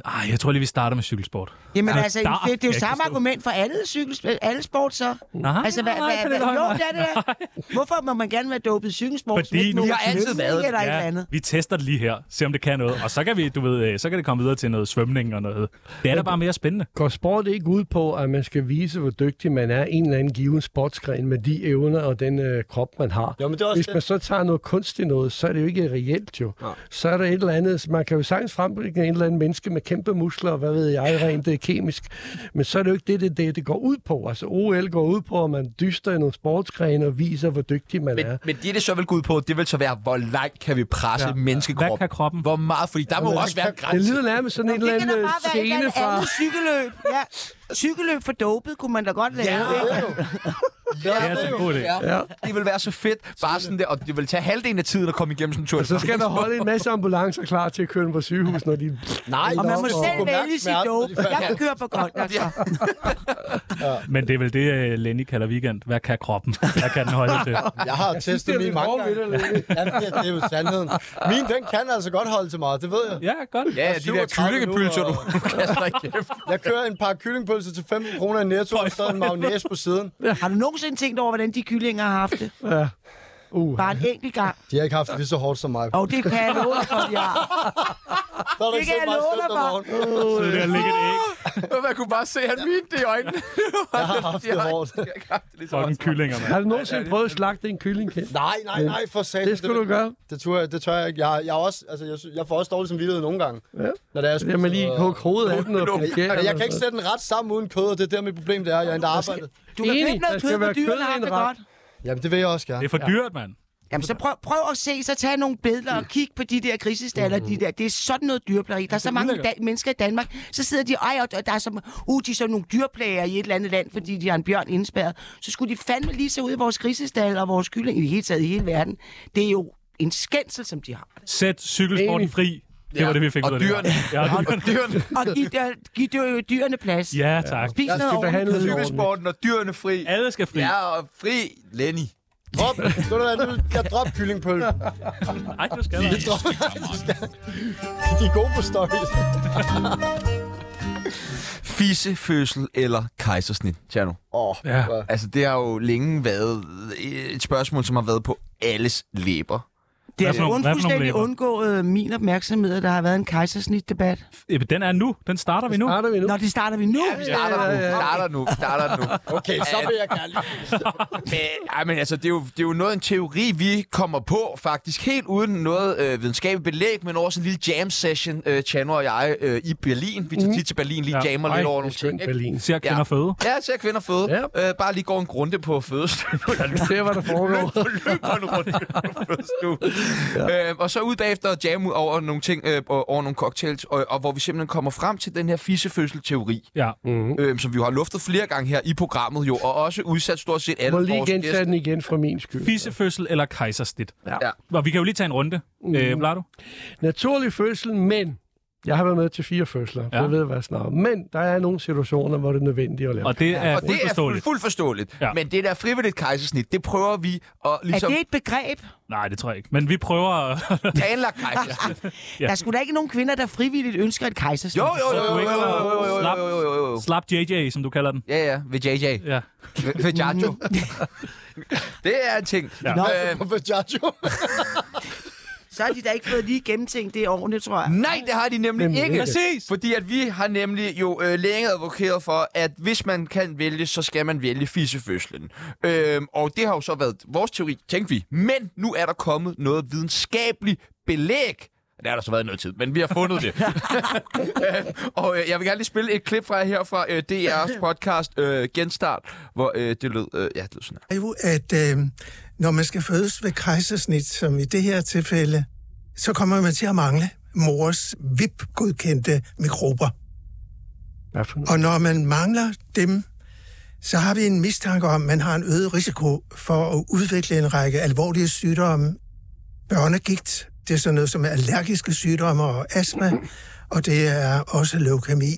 Speaker 3: Ej, jeg tror lige, vi starter med cykelsport.
Speaker 6: Jamen
Speaker 3: Ja,
Speaker 6: altså,
Speaker 3: der
Speaker 6: det, det er
Speaker 3: kan
Speaker 6: jo
Speaker 3: jeg
Speaker 6: samme
Speaker 3: forstå.
Speaker 6: argument for alle, cykel, alle sport, så.
Speaker 3: Nej,
Speaker 6: altså,
Speaker 3: nej, nej, Pernille
Speaker 6: jo,
Speaker 3: Højmark.
Speaker 6: det er det der. Hvorfor må man gerne være dopet i cykelsport? som
Speaker 3: Fordi
Speaker 6: ikke
Speaker 3: nu-
Speaker 6: nogen
Speaker 2: Jeg har altid
Speaker 6: svømning
Speaker 2: været det.
Speaker 6: Eller ja. et eller andet.
Speaker 3: vi tester det lige her, se om det kan noget, og så kan vi, du ved, øh, så kan det komme videre til noget svømning og noget. Det er da bare mere spændende.
Speaker 4: Går sport ikke ud på, at man skal vise, hvor dygtig man er i en eller anden given sportsgren med de evner og den øh, krop, man har?
Speaker 5: Jo, men det er også
Speaker 4: Hvis man så tager noget kunstigt noget, så er det jo ikke reelt jo. Så er der et eller andet, man kan jo sagtens frembringe en eller anden menneske med kæmpe muskler, og hvad ved jeg, rent øh, kemisk. Men så er det jo ikke det, det, det, det går ud på. Altså OL går ud på, at man dyster i nogle sportsgrene og viser, hvor dygtig man er.
Speaker 2: Men, men det, det så vil gå ud på, det vil så være, hvor langt kan vi presse ja. menneskekroppen?
Speaker 3: Hvad kan kroppen?
Speaker 2: Hvor meget? Fordi der må jo også være en
Speaker 4: Det
Speaker 2: grænse.
Speaker 4: lyder nærmest sådan en
Speaker 6: Det
Speaker 4: eller
Speaker 6: kan da
Speaker 4: anden øh,
Speaker 6: bare være et
Speaker 4: scene
Speaker 6: eller
Speaker 4: fra...
Speaker 6: andet cykelløb. Ja. Cykelløb for dopet kunne man da godt lave. Ja.
Speaker 3: Det er altså en god idé.
Speaker 2: Ja. Det vil være så fedt. Bare sådan der, og det vil tage halvdelen af tiden at komme igennem sådan en tur.
Speaker 4: Så skal der holde en masse ambulancer klar til at køre dem på sygehus, når de...
Speaker 5: Nej,
Speaker 6: Og man må selv vælge sit dope. Jeg kører på altså. godt nok.
Speaker 2: Ja.
Speaker 3: Men det er vel det, øh, Lenny kalder weekend. Hvad kan kroppen? Hvad kan den holde til?
Speaker 5: Jeg har testet min mange gange. Ja, det, er- det er jo sandheden. Min, den kan altså godt holde til meget, det ved jeg.
Speaker 3: Ja, godt.
Speaker 2: Ja, de der
Speaker 5: 37
Speaker 2: kyllingepølser, du
Speaker 5: minutter.
Speaker 2: (laughs) kaster i kæft.
Speaker 5: Jeg kører en par kyllingpølser til 15 kroner i netto, og så en magnæs på siden.
Speaker 6: Har du nogensinde tænkt over, hvordan de kyllinger har haft det?
Speaker 4: Ja. Uh.
Speaker 6: Bare en enkelt gang.
Speaker 5: De har ikke haft det lige så hårdt som mig.
Speaker 6: Og det kan jeg love dig for, at jeg har.
Speaker 5: Der er
Speaker 6: det kan jeg love dig for.
Speaker 3: Så der ligger et æg.
Speaker 2: Man kunne bare se, at han mente det i øjnene.
Speaker 5: Jeg har haft det hårdt.
Speaker 3: Fucking kyllinger, mand.
Speaker 4: Har du nogensinde prøvet at slagte en kylling, Kent?
Speaker 5: Nej, nej, nej, for satan.
Speaker 4: Det skulle du gøre.
Speaker 5: Det tør jeg, det tør jeg ikke. Jeg, jeg, er også, altså, jeg, sy- jeg får også dårlig samvittighed nogle gange.
Speaker 4: Ja.
Speaker 5: Når det er, jeg
Speaker 4: Det er, man lige
Speaker 5: spiser,
Speaker 4: hugge hovedet af den og
Speaker 5: og-
Speaker 4: blokere
Speaker 5: Altså, jeg kan
Speaker 4: den.
Speaker 5: ikke sætte en ret sammen uden kød, og det er der mit problem, det er. Jeg er endda arbejdet.
Speaker 6: Du kan
Speaker 4: Enig.
Speaker 6: købe noget
Speaker 4: Der
Speaker 6: kød,
Speaker 4: skal
Speaker 6: hvor
Speaker 4: være
Speaker 6: dyrene
Speaker 4: kød i
Speaker 6: har
Speaker 4: en
Speaker 6: det
Speaker 4: ret.
Speaker 6: godt.
Speaker 5: Jamen, det vil jeg også
Speaker 3: Det
Speaker 5: gerne.
Speaker 3: er for dyrt, mand.
Speaker 6: Jamen, så prøv, prøv at se, så tag nogle billeder og kig på de der grisestaller,
Speaker 4: Mm.
Speaker 6: de der. Det er sådan noget dyrplageri. Der er så mange da- mennesker i Danmark, så sidder de, ej, og der er som, uh, de er som nogle dyrplager i et eller andet land, fordi de har en bjørn indspærret. Så skulle de fandme lige se ud i vores grisestalle og vores kylling i det hele taget i hele verden. Det er jo en skændsel, som de har.
Speaker 3: Sæt cykelsporten
Speaker 4: Enig.
Speaker 3: fri. Det var det, vi
Speaker 2: (laughs)
Speaker 3: fik
Speaker 2: Og
Speaker 3: ud af det.
Speaker 2: dyrene.
Speaker 3: Ja, og dyrene.
Speaker 2: Dyrene.
Speaker 6: Og giv, der, giv dyr, dyrene plads.
Speaker 3: Ja, tak.
Speaker 6: Spis
Speaker 4: skal
Speaker 6: noget
Speaker 4: behandle
Speaker 6: ordentligt.
Speaker 4: det
Speaker 2: Cykelsporten og dyrene fri.
Speaker 3: Alle skal fri.
Speaker 2: Ja, og fri Lenny.
Speaker 5: Drop, ved du hvad, nu- jeg drop kyllingpølse.
Speaker 3: Ej, du skal da.
Speaker 5: De er gode på stories.
Speaker 2: Fisefødsel eller kejsersnit, Tjerno?
Speaker 5: Åh,
Speaker 3: Ja.
Speaker 2: Altså, det har jo længe været et spørgsmål, som har været på alles læber.
Speaker 6: Det
Speaker 3: Hvad for
Speaker 6: er
Speaker 3: nogle- hvad for nogle
Speaker 6: fuldstændig
Speaker 3: læber?
Speaker 6: undgået øh, min opmærksomhed, at der har været en kejsersnitdebat.
Speaker 3: Jamen, Den er nu. Den starter vi nu.
Speaker 4: Starter vi nu?
Speaker 6: Nå, det starter vi nu. Øh,
Speaker 2: Vi starter nu, starter nu, starter nu.
Speaker 5: Okay, så vil jeg gerne lige.
Speaker 2: Men, ej, men altså, det er, jo, det er jo noget af en teori, vi kommer på, faktisk helt uden noget øh, videnskabeligt belæg, men også en lille jam-session, øh, Chano og jeg, øh, i Berlin. Vi tager tit til Berlin, lige
Speaker 3: Uh. Ja.
Speaker 2: ja. jammer lidt over nogle
Speaker 4: skønt
Speaker 2: ting. ikke?
Speaker 4: Berlin.
Speaker 3: Ser kvinder føde.
Speaker 2: Ja, ser kvinder føde.
Speaker 4: Ja.
Speaker 2: Øh, bare lige går en grunde på fødestuen.
Speaker 4: Se, hvad der foregår.
Speaker 2: løber en runde på fødestuen. ja. øh, og så ud bagefter og jamme ud over nogle ting, øh, og- over nogle cocktails, og, og hvor vi simpelthen kommer frem til den her fissefødselteori,
Speaker 3: Ja.
Speaker 2: øh, som vi jo har luftet flere gange her i programmet jo, og også udsat stort set alle
Speaker 4: Må lige
Speaker 2: vores
Speaker 4: gentage
Speaker 2: gæster.
Speaker 4: den igen for min skyld.
Speaker 3: Fissefødsel eller kejsersnit?
Speaker 2: Ja.
Speaker 3: Og vi kan jo lige tage en runde. Mm. Øh, Blado?
Speaker 4: Naturlig fødsel, men... Jeg har været med til fire fødsler,
Speaker 3: Ja.
Speaker 4: ja. jeg ved, hvad jeg snakker om. Men der er nogle situationer, hvor det er nødvendigt at lave.
Speaker 3: Og det er
Speaker 2: Og det er fuldt
Speaker 3: uforståeligt.
Speaker 2: fuldt forståeligt.
Speaker 3: Ja.
Speaker 2: Ja. Men det der frivilligt kejsersnit, det prøver vi at
Speaker 6: Er
Speaker 2: ligesom
Speaker 6: det et begreb?
Speaker 3: Nej, det tror jeg ikke. Men vi prøver... at-
Speaker 2: planlagt kejsersnit.
Speaker 6: Ja. Der skulle da ikke nogen kvinder, der frivilligt ønsker et kejsersnit.
Speaker 2: Jo, jo, jo, jo, jo, jo, jo, jo, jo, jo, jo, jo.
Speaker 3: Slap JJ, som du kalder den.
Speaker 2: Ja, ja, ved JJ.
Speaker 3: Ja.
Speaker 2: Ved- Ved Jarjo. det er en ting.
Speaker 3: Ja.
Speaker 2: Nå,
Speaker 5: Hvorfor Jarjo?
Speaker 6: Så har de da ikke fået lige gennemtænkt det ordentligt, tror jeg.
Speaker 2: Nej, det har de nemlig
Speaker 4: Nemlig
Speaker 2: ikke.
Speaker 4: ikke.
Speaker 3: Præcis.
Speaker 2: Fordi at vi har nemlig jo øh, længe advokeret for, at hvis man kan vælge, så skal man vælge fisefødslen. Øhm, og det har jo så været vores teori, tænkte vi. Men nu er der kommet noget videnskabeligt belæg. Det har der så været i noget tid, men vi har fundet (laughs) det. Øh, og øh, jeg vil gerne lige spille et klip fra her fra øh, DR's podcast øh, Genstart, hvor øh, det lød, øh, ja, det lød sådan her.
Speaker 9: er jo, at øh, når man skal fødes ved kejsersnit, som i det her tilfælde, så kommer man til at mangle mors VIP-godkendte mikrober.
Speaker 4: Hvad for noget?
Speaker 9: Og når man mangler dem, så har vi en mistanke om, at man har en øget risiko for at udvikle en række alvorlige sygdomme. Børnegigt, det er sådan noget som allergiske sygdomme og astma, og det er også leukemi.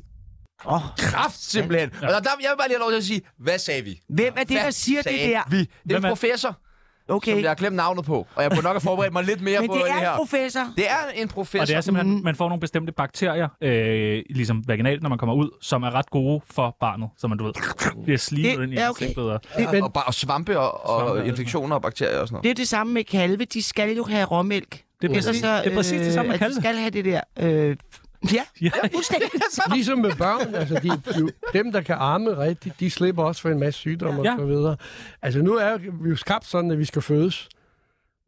Speaker 6: Oh,
Speaker 2: Kraft simpelthen. Og der, der, jeg vil bare lige have lov til at sige, hvad sagde vi?
Speaker 6: hvem er det,
Speaker 2: Hvad
Speaker 6: der siger det
Speaker 2: sagde
Speaker 6: der?
Speaker 2: Vi. Det er
Speaker 3: Hvem
Speaker 2: en
Speaker 3: er-
Speaker 2: professor.
Speaker 6: Okay,
Speaker 2: som jeg har glemt navnet på, og jeg må nok have forberedt mig lidt mere
Speaker 6: (laughs) men
Speaker 2: på
Speaker 6: det
Speaker 2: det,
Speaker 6: er
Speaker 2: her.
Speaker 6: en professor.
Speaker 2: det er en
Speaker 3: Og det
Speaker 2: professor.
Speaker 3: er simpelthen, man får nogle bestemte bakterier, øh, ligesom vaginalt, når man kommer ud, som er ret gode for barnet, som man, du ved, bliver slimet
Speaker 6: Det-
Speaker 3: ind i
Speaker 6: ja, okay.
Speaker 3: ansigtet. Og,
Speaker 2: er og, bare, og svampe og, og
Speaker 3: Svampe,
Speaker 2: infektioner og bakterier og sådan noget.
Speaker 6: Det er det samme med kalve. De skal jo have råmælk.
Speaker 3: Det er
Speaker 6: Ellers
Speaker 3: præcis- det er præcis det samme med
Speaker 6: øh, at
Speaker 3: kalve.
Speaker 6: De skal have det der. Øh, ja,
Speaker 3: ja,
Speaker 6: (laughs)
Speaker 3: (laughs)
Speaker 6: fuldstændig.
Speaker 4: Ligesom med børn, altså de, de, dem, der kan arme rigtigt, de slipper også for en masse sygdomme
Speaker 3: Ja.
Speaker 4: ja. og så videre. Altså nu er vi jo skabt sådan, at vi skal fødes.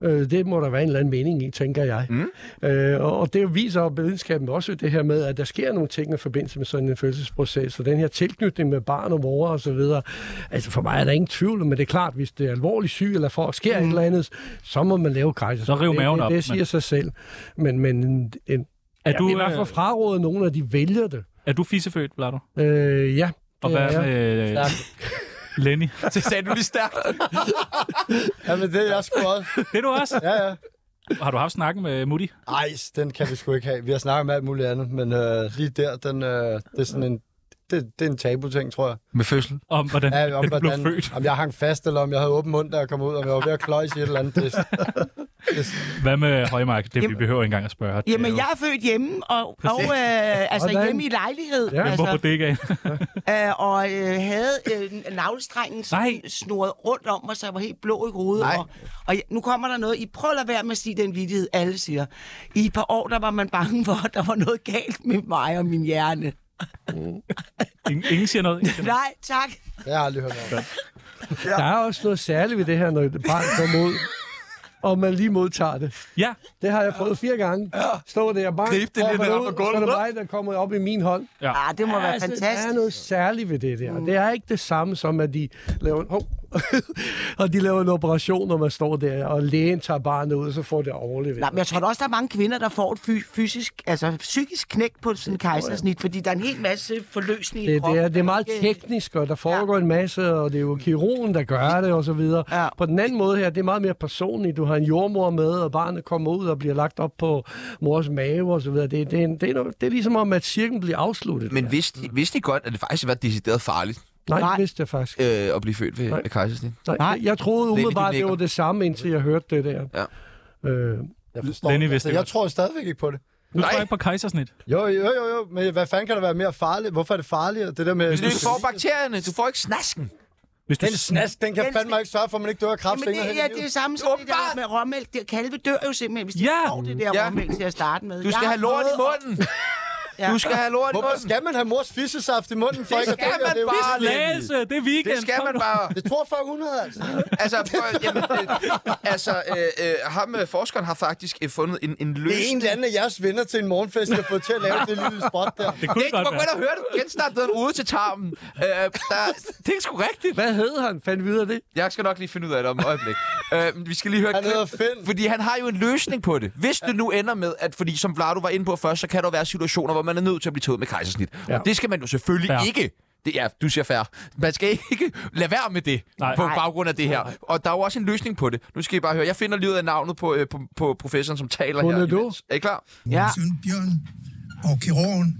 Speaker 4: Øh, det må der være en eller anden mening i, tænker jeg. Mm. Øh, og, og det viser jo videnskaben også det her med, at der sker nogle ting i forbindelse med sådan en fødselsproces, og den her tilknytning med barn og mor og så videre. Altså for mig er der ingen tvivl, men det er klart, hvis det er alvorligt syg, eller for sker mm. et eller andet, så må man lave kejser.
Speaker 3: Så riv maven
Speaker 4: det,
Speaker 3: op,
Speaker 4: Det,
Speaker 3: men-
Speaker 4: det siger men... sig selv. Men, men en, en,
Speaker 3: er,
Speaker 4: jeg
Speaker 3: du,
Speaker 4: vil i hvert fald
Speaker 3: øh,
Speaker 4: fraråde nogen, at de vælger det.
Speaker 3: er du fissefødt, Blado?
Speaker 4: Øh, ja.
Speaker 3: Og
Speaker 4: det
Speaker 3: hvad
Speaker 4: er jeg.
Speaker 3: med øh, Lenny? (laughs)
Speaker 2: Det sagde du lige stærkt.
Speaker 5: Ja, men det er jeg sgu også.
Speaker 3: Det er du også.
Speaker 5: Ja, ja.
Speaker 3: Har du haft snakken med Mutti?
Speaker 5: Ej, den kan vi sgu ikke have. Vi har snakket om alt muligt andet, men øh, lige der, den, øh, det er sådan en... Det, det er en tabu-ting, tror jeg.
Speaker 2: Med fødsel.
Speaker 3: Om hvordan
Speaker 5: Ja, om,
Speaker 3: den blev
Speaker 5: hvordan,
Speaker 3: født?
Speaker 5: om jeg hang fast, eller om jeg havde åben mund, da jeg kom ud, og jeg var ved at kløjse i et eller andet. Det,
Speaker 3: Hvad med Højmark? Det vi
Speaker 6: Jamen-
Speaker 3: behøver ikke engang at spørge. Det er
Speaker 6: Jamen,
Speaker 3: jo-
Speaker 6: jeg er født hjemme, og, og
Speaker 3: Præcis.
Speaker 6: øh, altså
Speaker 4: Og der er
Speaker 6: hjemme
Speaker 4: en-
Speaker 6: i lejlighed.
Speaker 4: Ja.
Speaker 3: Hvem bor på
Speaker 6: altså,
Speaker 3: dækket?
Speaker 6: øh, og øh, havde øh, navlestrengen sådan
Speaker 3: Nej.
Speaker 6: snurret rundt om mig, så jeg var helt blå i hovedet.
Speaker 2: Nej.
Speaker 6: Og, og jeg, nu kommer der noget. I prøver at lade være med at sige den vidighed, alle siger. I et par år, der var man bange for, at der var noget galt med mig og min hjerne.
Speaker 3: (laughs) Ingen, ingen siger noget. Ingen siger noget.
Speaker 6: Nej, tak.
Speaker 5: jeg har aldrig hørt om. det.
Speaker 4: Der er også noget særligt ved det her, når et barn kommer ud, og man lige modtager det.
Speaker 3: Ja,
Speaker 4: Det har jeg prøvet fire gange. Stå der, barn,
Speaker 2: Grib det
Speaker 4: hopper
Speaker 2: lidt
Speaker 4: derud,
Speaker 2: op ad gulvet.
Speaker 4: Så er det mig, der kommer op i min hånd.
Speaker 6: Ah, det må være
Speaker 4: Altså, Der er
Speaker 6: fantastisk.
Speaker 4: noget særligt ved det
Speaker 2: Mm.
Speaker 4: der. Det er ikke det samme som, at de laver en, hov, (laughs) og de laver en operation, når man står der, og lægen tager barnet ud, og så får det overleveret.
Speaker 6: Nej, men jeg tror da også, der er mange kvinder, der får et fy- fysisk, altså psykisk knæk på sådan en kejsersnit, fordi der er en hel masse forløsning i
Speaker 4: Det, det,
Speaker 6: kroppen. Øh,
Speaker 4: er, det er meget
Speaker 6: der ikke-
Speaker 4: teknisk, og der foregår ja. en masse, og det er jo kirurgen, der gør det, og så videre.
Speaker 6: Ja.
Speaker 4: Ja. På den anden måde her, det er meget mere personligt. Du har en jordmor med, og barnet kommer ud og bliver lagt op på mors mave, og så videre. Det, det, er, en- det, er, noget, det er ligesom om, at cirklen bliver afsluttet.
Speaker 2: Men
Speaker 4: der.
Speaker 2: vidste, I- vidste I godt, at det faktisk var decideret farligt
Speaker 4: Nej,
Speaker 6: Nej.
Speaker 4: det vidste jeg faktisk.
Speaker 2: øh, at blive født ved ved kejsersnit?
Speaker 4: Nej, Nej. Jeg troede
Speaker 2: Lenny, du
Speaker 4: umiddelbart, det
Speaker 2: nikker.
Speaker 4: var det samme, indtil jeg hørte det der. Øh,
Speaker 5: Jeg forstår
Speaker 3: Lenny
Speaker 5: det.
Speaker 3: vidste det
Speaker 5: jeg
Speaker 3: godt.
Speaker 5: tror stadigvæk ikke på det.
Speaker 3: nu tror
Speaker 2: Nej.
Speaker 3: jeg ikke på kejsersnit.
Speaker 5: Jo, jo, jo, jo, men hvad fanden kan der være mere farligt? Hvorfor er det farligere? Det der med...
Speaker 2: Men du får bakterierne, du får ikke snasken.
Speaker 3: Hvis du,
Speaker 5: Den snask, den kan fandme ikke sørge for, at man ikke dør af kræft
Speaker 6: Jamen,
Speaker 5: senere
Speaker 6: det,
Speaker 5: hen i
Speaker 6: ja,
Speaker 5: livet.
Speaker 6: det er samme som det der
Speaker 2: Åbenbart.
Speaker 6: med råmælk. Det, kalve dør jo simpelthen, hvis de
Speaker 3: Ja.
Speaker 6: ja. får det der
Speaker 2: Ja.
Speaker 6: ja. råmælk til at starte med.
Speaker 2: Du skal
Speaker 6: Jeg
Speaker 2: have lort i
Speaker 6: prøvet-
Speaker 2: munden. Du skal have lort i
Speaker 5: Hvorfor
Speaker 2: munden.
Speaker 5: skal man have mors fissesaft i munden for
Speaker 2: Det
Speaker 5: ikke at
Speaker 2: skal
Speaker 5: dø af
Speaker 2: man
Speaker 5: det?
Speaker 2: bare.
Speaker 5: Bare...
Speaker 3: Læse, det er weekend.
Speaker 2: Det skal
Speaker 3: Kom
Speaker 2: man
Speaker 3: nu.
Speaker 2: bare.
Speaker 5: Det tror 400, altså.
Speaker 2: Altså, prøv, jamen, øh, altså øh, øh, ham, øh, forskeren har faktisk øh, fundet en, en
Speaker 5: Det er en
Speaker 2: løsning.
Speaker 5: eller anden af jeres venner til en morgenfest, der har fået til at lave det lille spot der.
Speaker 3: Det kunne
Speaker 2: Det
Speaker 3: godt
Speaker 2: kunne
Speaker 3: være.
Speaker 2: godt høre det. Genstart den ude til tarmen. Øh, der, det er sgu rigtigt.
Speaker 4: Hvad hed han? Fandt videre det?
Speaker 2: Jeg skal nok lige finde ud af det om et øjeblik. øh, men vi skal lige høre
Speaker 5: Han
Speaker 2: klip,
Speaker 5: hedder Finn.
Speaker 2: Fordi han har jo en løsning på det. Hvis det nu ender med, at fordi som Vlado var inde på først, så kan der jo være situationer, hvor man er nødt til at blive taget med kejsersnit. Ja.
Speaker 4: Ja.
Speaker 2: Og det skal man jo selvfølgelig
Speaker 3: Fair.
Speaker 2: fair. ikke. Det er, du siger fair. Man skal ikke lade være med det
Speaker 3: Nej.
Speaker 2: Nej. på baggrund af det her. Og der er jo også en løsning på det. Nu skal I bare høre. Jeg finder lige ud af navnet på, øh, på, på professoren, som taler
Speaker 4: Hun
Speaker 2: her.
Speaker 4: er du?
Speaker 2: imens. Er I klar?
Speaker 6: Ja.
Speaker 9: Min søn Bjørn og kirurgen,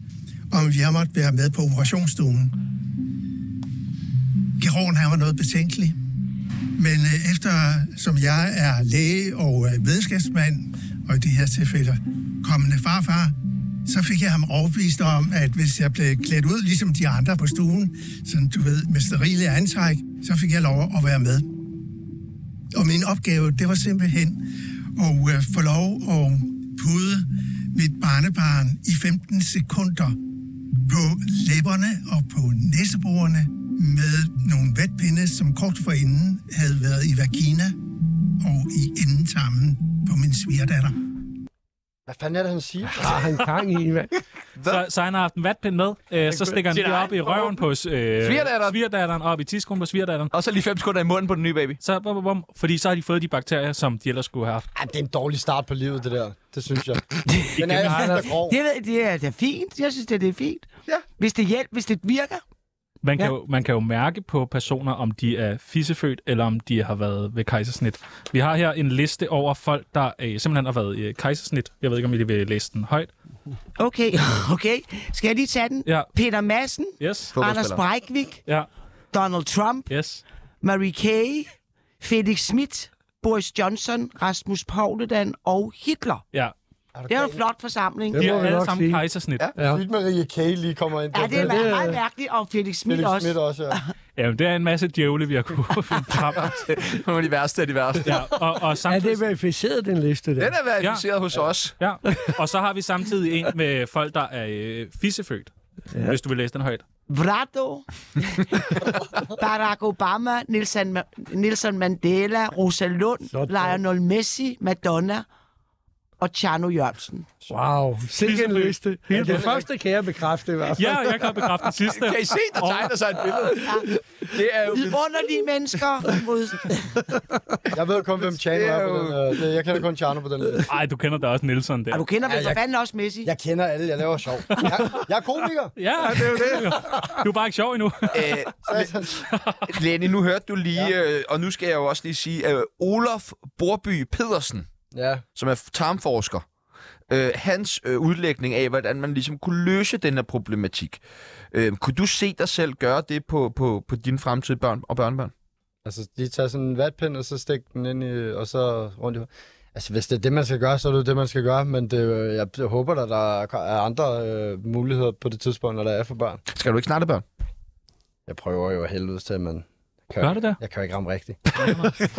Speaker 9: om jeg måtte være med på operationsstuen. Kirurgen han var noget betænkelig, men øh, efter som jeg er læge og øh, videnskabsmand, og i det her tilfælde kommende farfar, så fik jeg ham overbevist om, at hvis jeg blev klædt ud, ligesom de andre på stuen, sådan du ved, med sterile antræk, så fik jeg lov at være med. Og min opgave, det var simpelthen at øh, få lov at pude mit barnebarn i 15 sekunder på læberne og på næseborene med nogle vatpinde, som kort forinden havde været i vagina og i endetarmen på min svigerdatter.
Speaker 5: Hvad fanden er det, han siger?
Speaker 4: Har Ah, han gang i, mand?
Speaker 3: Så, så han har haft en vatpind med, øh, så stikker han lige op i røven på øh,
Speaker 2: Svigerdatteren.
Speaker 3: svigerdatteren, op i tiskoen på svigerdatteren.
Speaker 2: Og så lige 5 sekunder i munden på den nye baby.
Speaker 3: Så, bum, bum, bum, fordi så har de fået de bakterier, som de ellers skulle have haft.
Speaker 5: Ej, det er en dårlig start på livet, det der. Det synes jeg. Den er
Speaker 3: Anders.
Speaker 5: altså grov.
Speaker 6: Det, ved- det, er, det er fint. Jeg synes, det, det er fint. Ja. Hvis det hjælper, hvis det virker.
Speaker 3: Man kan,
Speaker 6: Ja.
Speaker 3: jo, man kan jo mærke på personer, om de er fissefødt, eller om de har været ved kejsersnit. Vi har her en liste over folk, der øh, simpelthen har været øh, kejsersnit. Jeg ved ikke, om I vil læse den højt.
Speaker 6: Okay, (laughs) okay. Skal jeg lige tage den?
Speaker 3: Ja.
Speaker 6: Peter Madsen,
Speaker 3: Yes.
Speaker 6: Anders Breivik,
Speaker 3: Ja.
Speaker 6: Donald Trump,
Speaker 3: Yes.
Speaker 6: Marie Kay, Felix Schmidt, Boris Johnson, Rasmus Paludan og Hitler.
Speaker 3: Ja.
Speaker 6: Det er en flot forsamling.
Speaker 4: Det
Speaker 3: De
Speaker 4: må
Speaker 3: er
Speaker 4: vi
Speaker 3: alle
Speaker 4: nok
Speaker 3: sammen
Speaker 4: sige.
Speaker 3: kejsersnit. Ja.
Speaker 4: Ja.
Speaker 5: Sygt Marie Kay lige kommer ind.
Speaker 6: Ja, det er
Speaker 5: Felix
Speaker 6: meget, meget mærkeligt, og Felix Schmidt også.
Speaker 5: Schmidt også, ja.
Speaker 3: Jamen, det er en masse djævle, vi har (laughs) kunne finde frem.
Speaker 2: Nogle af de værste af de værste.
Speaker 3: Ja, og, og
Speaker 4: Er
Speaker 3: samtidig...
Speaker 4: det verificeret, den liste der?
Speaker 2: Den er verificeret ja. hos os.
Speaker 3: Ja, og så har vi samtidig en med folk, der er øh, fissefødt. Ja. Hvis du vil læse den højt.
Speaker 6: Vrado, Barack Obama, Nelson, Ma- Nelson Mandela, Rosa Lund,
Speaker 4: Sådan.
Speaker 6: Lionel Messi, Madonna og Tjerno Jørgensen.
Speaker 4: Wow, sikke en
Speaker 3: Helt
Speaker 4: liste.
Speaker 3: vildt.
Speaker 4: Den første kan jeg bekræfte i hvert fald.
Speaker 3: Ja, jeg kan bekræfte den sidste.
Speaker 2: Kan I se, der tegner sig et billede? Det er jo...
Speaker 6: Vidunderlige mennesker. Mod...
Speaker 5: Jeg ved kun, hvem Chano er på den. øh, det- Jeg kender kun Chano på den liste.
Speaker 3: Ej, du kender da også Nelson der.
Speaker 6: Og du kender vel
Speaker 5: Ja,
Speaker 6: for
Speaker 5: jeg-
Speaker 6: fanden også Messi?
Speaker 5: Jeg kender alle, jeg laver sjov. Jeg, jeg er komiker.
Speaker 3: Ja, det er jo det. Du er bare ikke sjov endnu.
Speaker 2: Øh,
Speaker 5: satans.
Speaker 2: Lenny, nu hørte du lige, ja. øh, og nu skal jeg jo også lige sige, at øh, Olof Borby Pedersen,
Speaker 5: Ja.
Speaker 2: som er tarmforsker, øh, hans øh, udlægning af, hvordan man ligesom kunne løse den her problematik. Øh, kunne du se dig selv gøre det på, på, på dine fremtidige børn og børnebørn?
Speaker 5: Altså, de tager sådan en vatpind, og så stikker den ind i, og så rundt i Altså, hvis det er det, man skal gøre, så er det jo det, man skal gøre. Men det, øh, jeg, jeg håber, at der er andre øh, muligheder på det tidspunkt, når der er for børn.
Speaker 2: Skal du ikke snakke børn?
Speaker 5: Jeg prøver jo af helvede til, men... jeg Kan,
Speaker 3: Gør det da.
Speaker 5: Jeg kan jo ikke ramme rigtigt.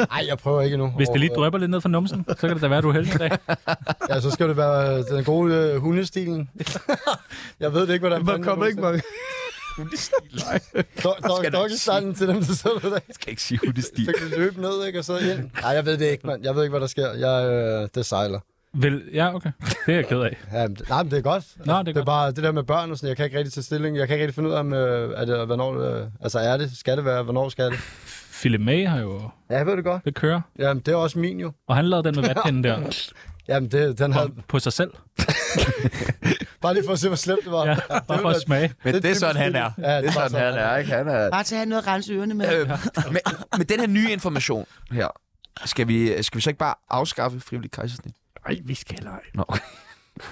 Speaker 5: Nej, jeg prøver ikke endnu.
Speaker 3: Hvis det lige
Speaker 5: overhovedet.
Speaker 3: drøber lidt ned fra numsen, så kan det da være, at du er heldig i dag.
Speaker 5: Ja, så skal det være øh, den gode øh,
Speaker 3: (laughs)
Speaker 5: hundestilen. jeg ved det ikke, hvordan...
Speaker 4: Man kommer ikke mange.
Speaker 3: (laughs)
Speaker 2: skal du ikke
Speaker 5: Doggy standen til dem, der sidder der.
Speaker 2: Jeg skal ikke sige hundestil.
Speaker 5: Så kan du løbe ned, ikke? Og så ind. Nej, jeg ved det ikke, mand. Jeg ved ikke, hvad der sker. Jeg, øh, det sejler.
Speaker 3: Vel, ja, okay. Det er jeg ked af.
Speaker 5: Ja, men det, nej, men det er godt.
Speaker 3: Nå, det er
Speaker 5: Det er
Speaker 3: godt.
Speaker 5: bare det der med børn og sådan, jeg kan ikke rigtig tage stilling. Jeg kan ikke rigtig finde ud af, om, øh, er det, hvornår, øh, altså er det, skal det være, hvornår skal det?
Speaker 3: Philip May har jo...
Speaker 5: Ja, jeg ved det godt.
Speaker 3: Det kører.
Speaker 5: Jamen, det er også min jo.
Speaker 3: Og han lavede den med vatpinden der.
Speaker 5: Jamen, det, den havde,
Speaker 3: På sig selv.
Speaker 5: bare lige for at se, hvor slemt det var.
Speaker 3: Ja,
Speaker 5: det
Speaker 3: bare for
Speaker 5: var-
Speaker 3: at smage.
Speaker 2: Men det er
Speaker 5: typisk
Speaker 2: sådan, han er.
Speaker 5: Philip. Ja,
Speaker 2: Det er sådan, han er, ikke? Han er...
Speaker 6: Bare til at have noget at rense ørerne med.
Speaker 2: Øh, med, med den her nye information her, skal vi, skal vi så ikke bare afskaffe frivillig kejsersnit?
Speaker 4: Nej, vi skal ej.
Speaker 2: Nå, okay.
Speaker 4: (laughs)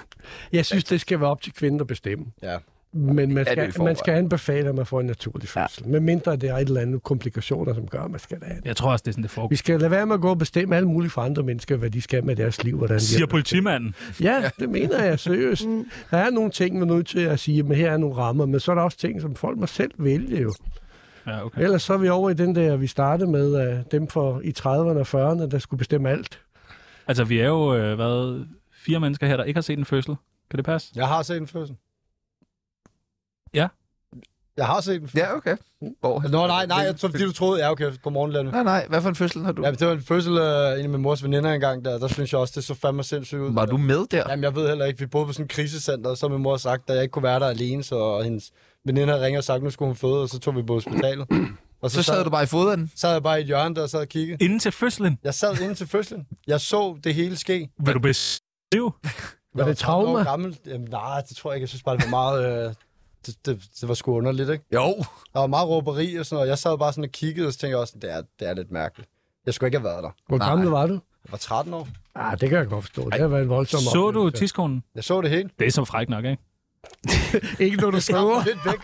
Speaker 4: Jeg synes, det skal være op til kvinden at bestemme.
Speaker 5: Ja.
Speaker 4: Men man
Speaker 2: det er i
Speaker 4: skal,
Speaker 2: forvejen.
Speaker 4: man skal anbefale, at man får en naturlig fødsel. Ja. Med mindre det er et eller andet komplikationer, som gør, at man skal have det.
Speaker 3: Jeg tror også, det er sådan, det
Speaker 4: Vi
Speaker 3: foregår.
Speaker 4: skal lade være med at gå og bestemme alle mulige for andre mennesker, hvad de skal med deres liv. Hvordan de
Speaker 3: Siger politimanden.
Speaker 4: Ja, det mener jeg seriøst. Der er nogle ting, man er nødt til at sige, men her er nogle rammer, men så er der også ting, som folk må selv vælge jo.
Speaker 3: Ja, okay.
Speaker 4: Ellers så er vi over i den der, vi startede med, uh, dem for i 30'erne og 40'erne, der skulle bestemme alt.
Speaker 3: Altså, vi er jo, øh, hvad, fire mennesker her, der ikke har set en fødsel. Kan det passe?
Speaker 5: Jeg har set en fødsel. Jeg har set den.
Speaker 2: Ja, okay. Hvor?
Speaker 5: Nå, nej, nej, jeg tror, fordi du troede, ja, okay, godmorgen, Lenne.
Speaker 2: Nej, nej. Hvad for en fødsel har du?
Speaker 5: Ja, men det var en fødsel af en af min mors veninder engang, der, der synes jeg også, det så fandme sindssygt ud.
Speaker 2: Var du med der?
Speaker 5: Jamen, jeg ved heller ikke, vi boede på sådan et krisecenter, og så har min mor sagt, at jeg ikke kunne være der alene, så og hendes veninder ringer og sagt, nu skulle hun føde, og så tog vi
Speaker 2: (clears throat)
Speaker 5: på hospitalet. Og
Speaker 2: Så sad du bare i foderen.
Speaker 5: sad jeg bare i et hjørne der og sad og kiggede.
Speaker 3: Inden til fødslen.
Speaker 5: Jeg sad inde til fødslen. Jeg så det hele ske.
Speaker 3: Vil du beskrive?
Speaker 5: Var
Speaker 4: det trauma?
Speaker 5: Var gammel. Jamen, nej, det tror jeg ikke. Jeg synes bare, det var meget... Øh, det, det, det, var sgu underligt, ikke?
Speaker 2: Jo.
Speaker 5: Der var meget råberi og sådan noget. Jeg sad bare sådan og kiggede, og så tænkte jeg også, det er, det er lidt mærkeligt. Jeg skulle ikke have været der.
Speaker 4: Hvor
Speaker 2: Nej.
Speaker 4: gammel var du?
Speaker 5: Jeg var 13 år.
Speaker 4: Ah, det kan jeg godt forstå. Det har været en voldsom
Speaker 3: Så du
Speaker 4: oplevelse.
Speaker 3: tidskonen?
Speaker 5: Jeg så det hele.
Speaker 3: Det er så fræk nok, ikke?
Speaker 4: Ikke når du skriver.
Speaker 5: Skræmte lidt væk.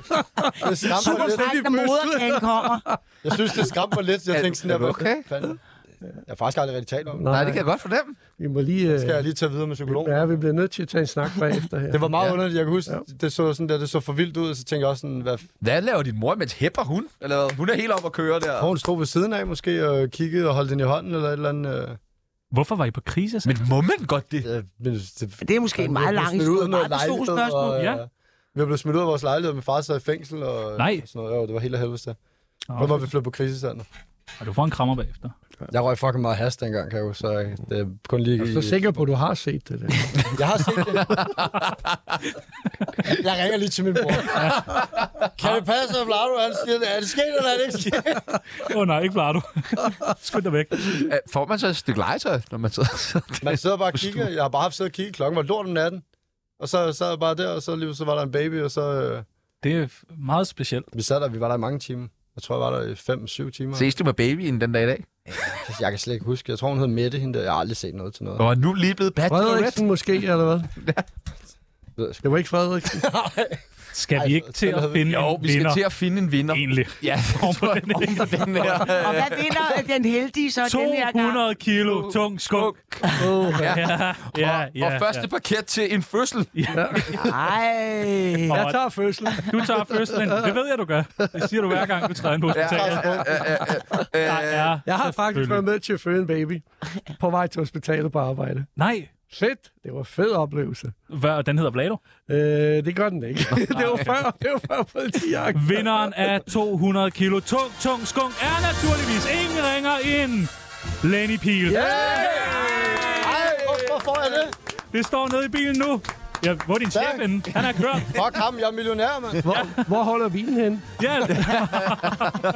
Speaker 5: Det skræmte
Speaker 6: Super
Speaker 5: mig lidt.
Speaker 6: fræk, når moderkagen kommer.
Speaker 5: Jeg synes, det skræmte mig lidt. Jeg
Speaker 2: Er-
Speaker 5: tænkte sådan,
Speaker 2: er
Speaker 5: jeg
Speaker 2: du okay?
Speaker 5: Fanden. Jeg har faktisk aldrig rigtig talt om det.
Speaker 2: Nej, det kan jeg godt fornemme.
Speaker 4: Vi må lige... Øh,
Speaker 5: Skal jeg lige tage videre med psykologen?
Speaker 4: ja, vi bliver nødt til at tage en snak bagefter her.
Speaker 5: Det var meget underligt. Jeg kan huske, det så sådan der, det så for vildt ud, og så tænkte jeg også sådan, hvad
Speaker 2: Hvad laver din mor, mens hæpper hun? Eller hvad? Hun er helt op at køre der.
Speaker 5: Poul stod ved siden af måske og kiggede og holdt den i hånden eller et eller andet. Øh,
Speaker 3: Hvorfor var I på krise?
Speaker 2: Men må man godt det?
Speaker 5: ja, men det,
Speaker 6: Det er måske en meget lang historie. Meget personligt spørgsmål.
Speaker 5: og,
Speaker 3: ja.
Speaker 5: øh, Vi blev smidt ud af vores lejlighed, min far sad i fængsel og,
Speaker 3: Nej.
Speaker 5: og sådan noget. Jo, det var helt af helvede. Så
Speaker 3: Nå,
Speaker 5: var vi flyttet på krisecenter.
Speaker 3: og du får en krammer bagefter.
Speaker 5: Jeg røg fucking meget hast dengang, kan jeg jo, så øh, det er kun lige...
Speaker 4: Jeg er så sikker på, at du har set
Speaker 5: (laughs)
Speaker 4: det der.
Speaker 5: Jeg har set det. (laughs) jeg ringer lige til min mor.
Speaker 3: (laughs)
Speaker 5: kan det passe, at Vlado, han siger det? Er det sket, eller er det ikke sket?
Speaker 3: (laughs) Åh oh, nej, ikke bare du. (laughs) Skynd dig væk.
Speaker 2: Øh, Får man så et stykke legetøj, når man sidder?
Speaker 5: Man sidder bare og kigger. Jeg har bare haft siddet og kigget. Klokken var lort om natten. Og så sad jeg bare der, og så, lige, så var der en baby, og så... Øh,
Speaker 3: Det er f- meget specielt.
Speaker 5: vi sad der, vi var der i mange timer. Jeg tror, jeg var der i 5-7 timer.
Speaker 2: Ses du med babyen den dag i dag?
Speaker 5: Jeg kan slet ikke huske. Jeg tror, hun hed Mette, hende der. Jeg har aldrig set noget til noget.
Speaker 2: Og nu er lige blevet bachelorette.
Speaker 4: Frederiksen måske, eller
Speaker 5: (laughs)
Speaker 4: hvad?
Speaker 5: ved jeg sgu.
Speaker 4: Det var ikke Frederiksen.
Speaker 3: Skal vi
Speaker 5: Ej,
Speaker 3: ikke til
Speaker 5: den
Speaker 3: at
Speaker 5: havde vi-
Speaker 3: finde
Speaker 2: Jo,
Speaker 3: en
Speaker 2: vi skal
Speaker 3: vinder
Speaker 2: til at finde en vinder.
Speaker 3: egentlig?
Speaker 2: Ja,
Speaker 3: Oven på
Speaker 2: tror jeg,
Speaker 3: den her.
Speaker 2: oven på den her.
Speaker 6: Og hvad vinder den heldige så den her gang?
Speaker 3: 200 kilo tung skunk.
Speaker 4: Oh,
Speaker 3: Ja, ja,
Speaker 2: Og, og første parket til en fødsel.
Speaker 6: Ej.
Speaker 4: jeg tager fødslen.
Speaker 3: Du tager fødslen. Det ved jeg, du gør. Det siger du hver gang, du træder på hospitalet. Der er-
Speaker 4: Jeg har faktisk
Speaker 3: Selvfølgelig.
Speaker 4: været med til at føde en baby på vej til hospitalet på arbejde.
Speaker 3: Nej,
Speaker 4: Fedt. Det var en fed oplevelse.
Speaker 3: hvad, den hedder Blado.
Speaker 4: Øh, det gør den
Speaker 5: (laughs)
Speaker 4: ikke. det var før, det var før politijagt.
Speaker 3: Vinderen af 200 kilo tung, tung skunk er naturligvis ingen ringer ind. Lenny Pihl. Yeah!
Speaker 5: Ej, hvorfor får jeg det?
Speaker 3: Det står nede i bilen nu. Ja, hvor er din chef
Speaker 5: Tak.
Speaker 3: henne? Han har kørt.
Speaker 5: Fuck ham, jeg er millionær, mand.
Speaker 4: Hvor, hvor holder bilen hen?
Speaker 3: Ja,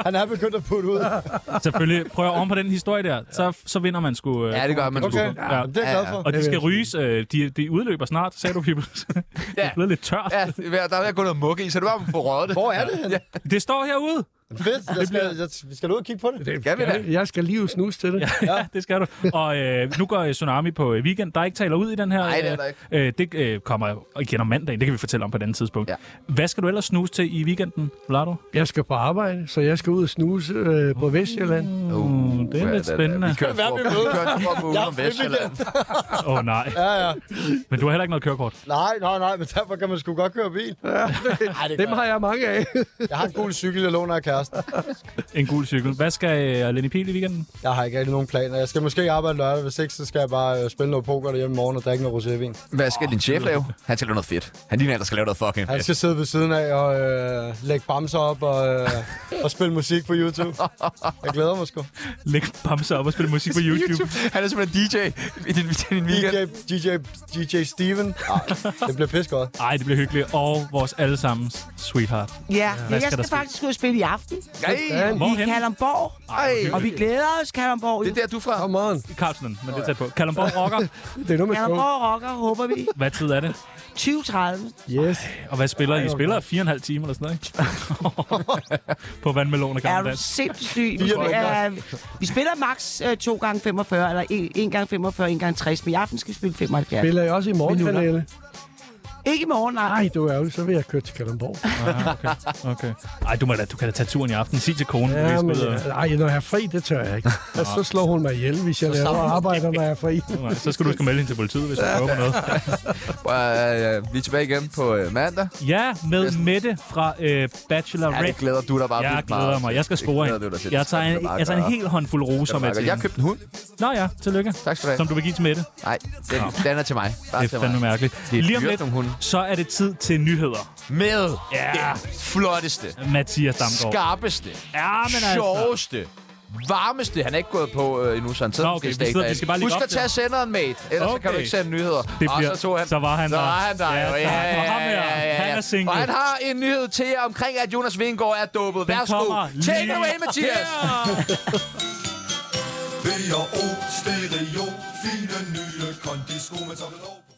Speaker 5: Han er begyndt at putte ud.
Speaker 3: selvfølgelig. Prøv at om på den historie der. Så, så vinder man sgu. øh,
Speaker 2: Ja, det gør man sgu.
Speaker 5: Okay,
Speaker 3: Ja.
Speaker 5: Jamen, det er jeg glad for.
Speaker 3: Og de skal ryges. Øh, de, de udløber snart, sagde du, Pibbles. ja. (laughs) Det er blevet lidt tørt.
Speaker 2: Ja, det er værd- der er gået noget mukke i, så det var, at man får røget det.
Speaker 5: Hvor er det henne?
Speaker 3: Det står herude.
Speaker 5: Fedt, jeg skal, jeg, vi skal ud og kigge på det.
Speaker 2: Skal vi da?
Speaker 4: Jeg skal lige ud og snuse til det.
Speaker 3: Ja, det skal du. Og øh, nu går øh, Tsunami på øh, weekend. Der er ikke taler ud i den her.
Speaker 2: Nej, det er der ikke.
Speaker 3: Øh, det øh, kommer igen om mandagen. Det kan vi fortælle om på et andet tidspunkt.
Speaker 2: Ja.
Speaker 3: Hvad skal du ellers snuse til i weekenden, Vlado?
Speaker 4: Jeg skal på arbejde, så jeg skal ud og snuse øh, på Vestjylland.
Speaker 3: Uh, det er lidt spændende.
Speaker 2: Vi kører
Speaker 5: Hvad
Speaker 2: for,
Speaker 5: vi
Speaker 2: vi
Speaker 5: ved?
Speaker 2: kører for på
Speaker 5: Jeg er
Speaker 2: Udenom Vestjylland.
Speaker 3: Åh oh, nej.
Speaker 5: Ja, ja.
Speaker 3: Men du har heller ikke noget kørekort.
Speaker 5: Nej, nej, nej, men derfor kan man sgu godt køre bil. Nej, det
Speaker 4: Dem
Speaker 5: gør
Speaker 4: har jeg mange af.
Speaker 5: jeg. jeg har en gul cykel, jeg låner af kæresten.
Speaker 3: En gul cykel. Hvad skal øh, Lenny Pihl i weekenden?
Speaker 5: Jeg har ikke rigtig nogen planer. Jeg skal måske arbejde lørdag, hvis ikke, så skal jeg bare øh, spille noget poker derhjemme i morgen og drikke noget rosévin.
Speaker 2: Hvad skal din chef lave? Han skal lave noget fedt. Han ligner, at der skal lave noget fucking
Speaker 5: Han
Speaker 2: fedt.
Speaker 5: skal sidde ved siden af og øh, lægge bamser op og, øh, og spille musik på YouTube. Jeg glæder mig sgu.
Speaker 3: Læg bamser op og spille musik på YouTube.
Speaker 2: Han er simpelthen DJ i din, til din weekend.
Speaker 5: DJ, DJ, DJ Steven. Ej, det bliver pis godt.
Speaker 3: Ej, det bliver hyggeligt. Og vores allesammens sweetheart.
Speaker 6: Ja,
Speaker 3: Hvad skal
Speaker 6: jeg
Speaker 3: der
Speaker 6: skal
Speaker 3: ske?
Speaker 6: faktisk ud og spille i aften.
Speaker 2: Nej,
Speaker 6: I
Speaker 3: Hvorhen?
Speaker 6: Kalundborg.
Speaker 2: nej.
Speaker 6: Og vi glæder os, Kalundborg.
Speaker 2: Det er der, du er fra.
Speaker 4: Come on.
Speaker 3: Carlsen, men det er tæt på. Kalundborg Rocker.
Speaker 4: Det er noget med show.
Speaker 6: Kalundborg rocker, håber vi.
Speaker 3: Hvad tid er det?
Speaker 6: 2030.
Speaker 4: Yes.
Speaker 3: Og hvad spiller I? I spiller fire og en halv time eller sådan noget, ikke? (laughs) på vandmelon og
Speaker 6: Er du
Speaker 3: gammeldags.
Speaker 6: sindssyg? Vi,
Speaker 5: Fire
Speaker 6: spiller, øh, vi spiller max øh, 2 gange 45 eller 1 gange 45, 1 gange 60, men i aften skal vi spille 75.
Speaker 4: Spiller jeg også i morgen,
Speaker 6: Minutter.
Speaker 4: Pernille?
Speaker 6: Ikke i morgen, nej.
Speaker 4: Ej, du er ærgerlig, så vil jeg køre til Kalundborg.
Speaker 3: Okay. Ej, du, må da, du kan da tage turen i aften. Sig til konen, ja,
Speaker 4: Ja,
Speaker 3: vi
Speaker 4: men,
Speaker 3: spiller. Ja.
Speaker 4: ej, når jeg er fri, det tør (laughs) jeg ikke. Altså, så slår hun mig ihjel, hvis jeg laver arbejder, når jeg er (laughs) fri.
Speaker 3: Så skal du huske at melde hende til politiet, hvis du prøver på noget.
Speaker 2: Øh, øh, vi er tilbage igen på øh, mandag.
Speaker 3: Ja, med Mette fra øh,
Speaker 2: Ja,
Speaker 3: Bachelorette.
Speaker 2: det glæder du dig bare
Speaker 3: jeg
Speaker 2: vildt
Speaker 3: glæder
Speaker 2: meget
Speaker 3: mig.
Speaker 2: til.
Speaker 3: Jeg skal
Speaker 2: Det
Speaker 3: score
Speaker 2: glæder du
Speaker 3: hende.
Speaker 2: dig til.
Speaker 3: Jeg tager
Speaker 2: Det
Speaker 3: en,
Speaker 2: skal du bare
Speaker 3: jeg tager en
Speaker 2: gøre.
Speaker 3: helt håndfuld roser med til
Speaker 2: Jeg
Speaker 3: hende.
Speaker 2: købte en hund.
Speaker 3: Nå ja, tillykke.
Speaker 2: Tak skal du have.
Speaker 3: Som du vil give til Mette.
Speaker 2: Nej, den, den er til mig. Bare
Speaker 3: Det
Speaker 2: til
Speaker 3: er
Speaker 2: mig.
Speaker 3: fandme mærkeligt.
Speaker 2: Det er
Speaker 3: Lige om
Speaker 2: dyrt,
Speaker 3: lidt,
Speaker 2: nogle hunde.
Speaker 3: Så er det tid til nyheder.
Speaker 2: Med
Speaker 3: Ja.
Speaker 2: det flotteste,
Speaker 3: Mathias Damgaard.
Speaker 2: skarpeste,
Speaker 3: Ja, men altså.
Speaker 2: sjoveste, varmeste. Han er ikke gået på øh, endnu, så han sidder
Speaker 3: Nå,
Speaker 2: måske
Speaker 3: okay, vi
Speaker 2: stadig
Speaker 3: sidder- vi
Speaker 2: derinde.
Speaker 3: skal bare lægge
Speaker 2: Husk
Speaker 3: op
Speaker 2: at
Speaker 3: til
Speaker 2: tage senderen, mate. Ellers okay. så kan du
Speaker 3: Okay.
Speaker 2: ikke sende nyheder.
Speaker 3: Det
Speaker 2: Og
Speaker 3: bliver-
Speaker 2: så, tog han,
Speaker 3: så var han
Speaker 2: så
Speaker 3: der.
Speaker 2: var han der.
Speaker 3: Ja,
Speaker 2: jo.
Speaker 3: tak. Og ham her, han er single.
Speaker 2: Og han har en nyhed til jer omkring, at Jonas Vingegaard er dopet.
Speaker 3: Den
Speaker 2: Værsgo.
Speaker 3: kommer
Speaker 2: Take it
Speaker 3: lige
Speaker 2: away, Mathias.
Speaker 10: B og O, stereo, fine nye kondisko med tablet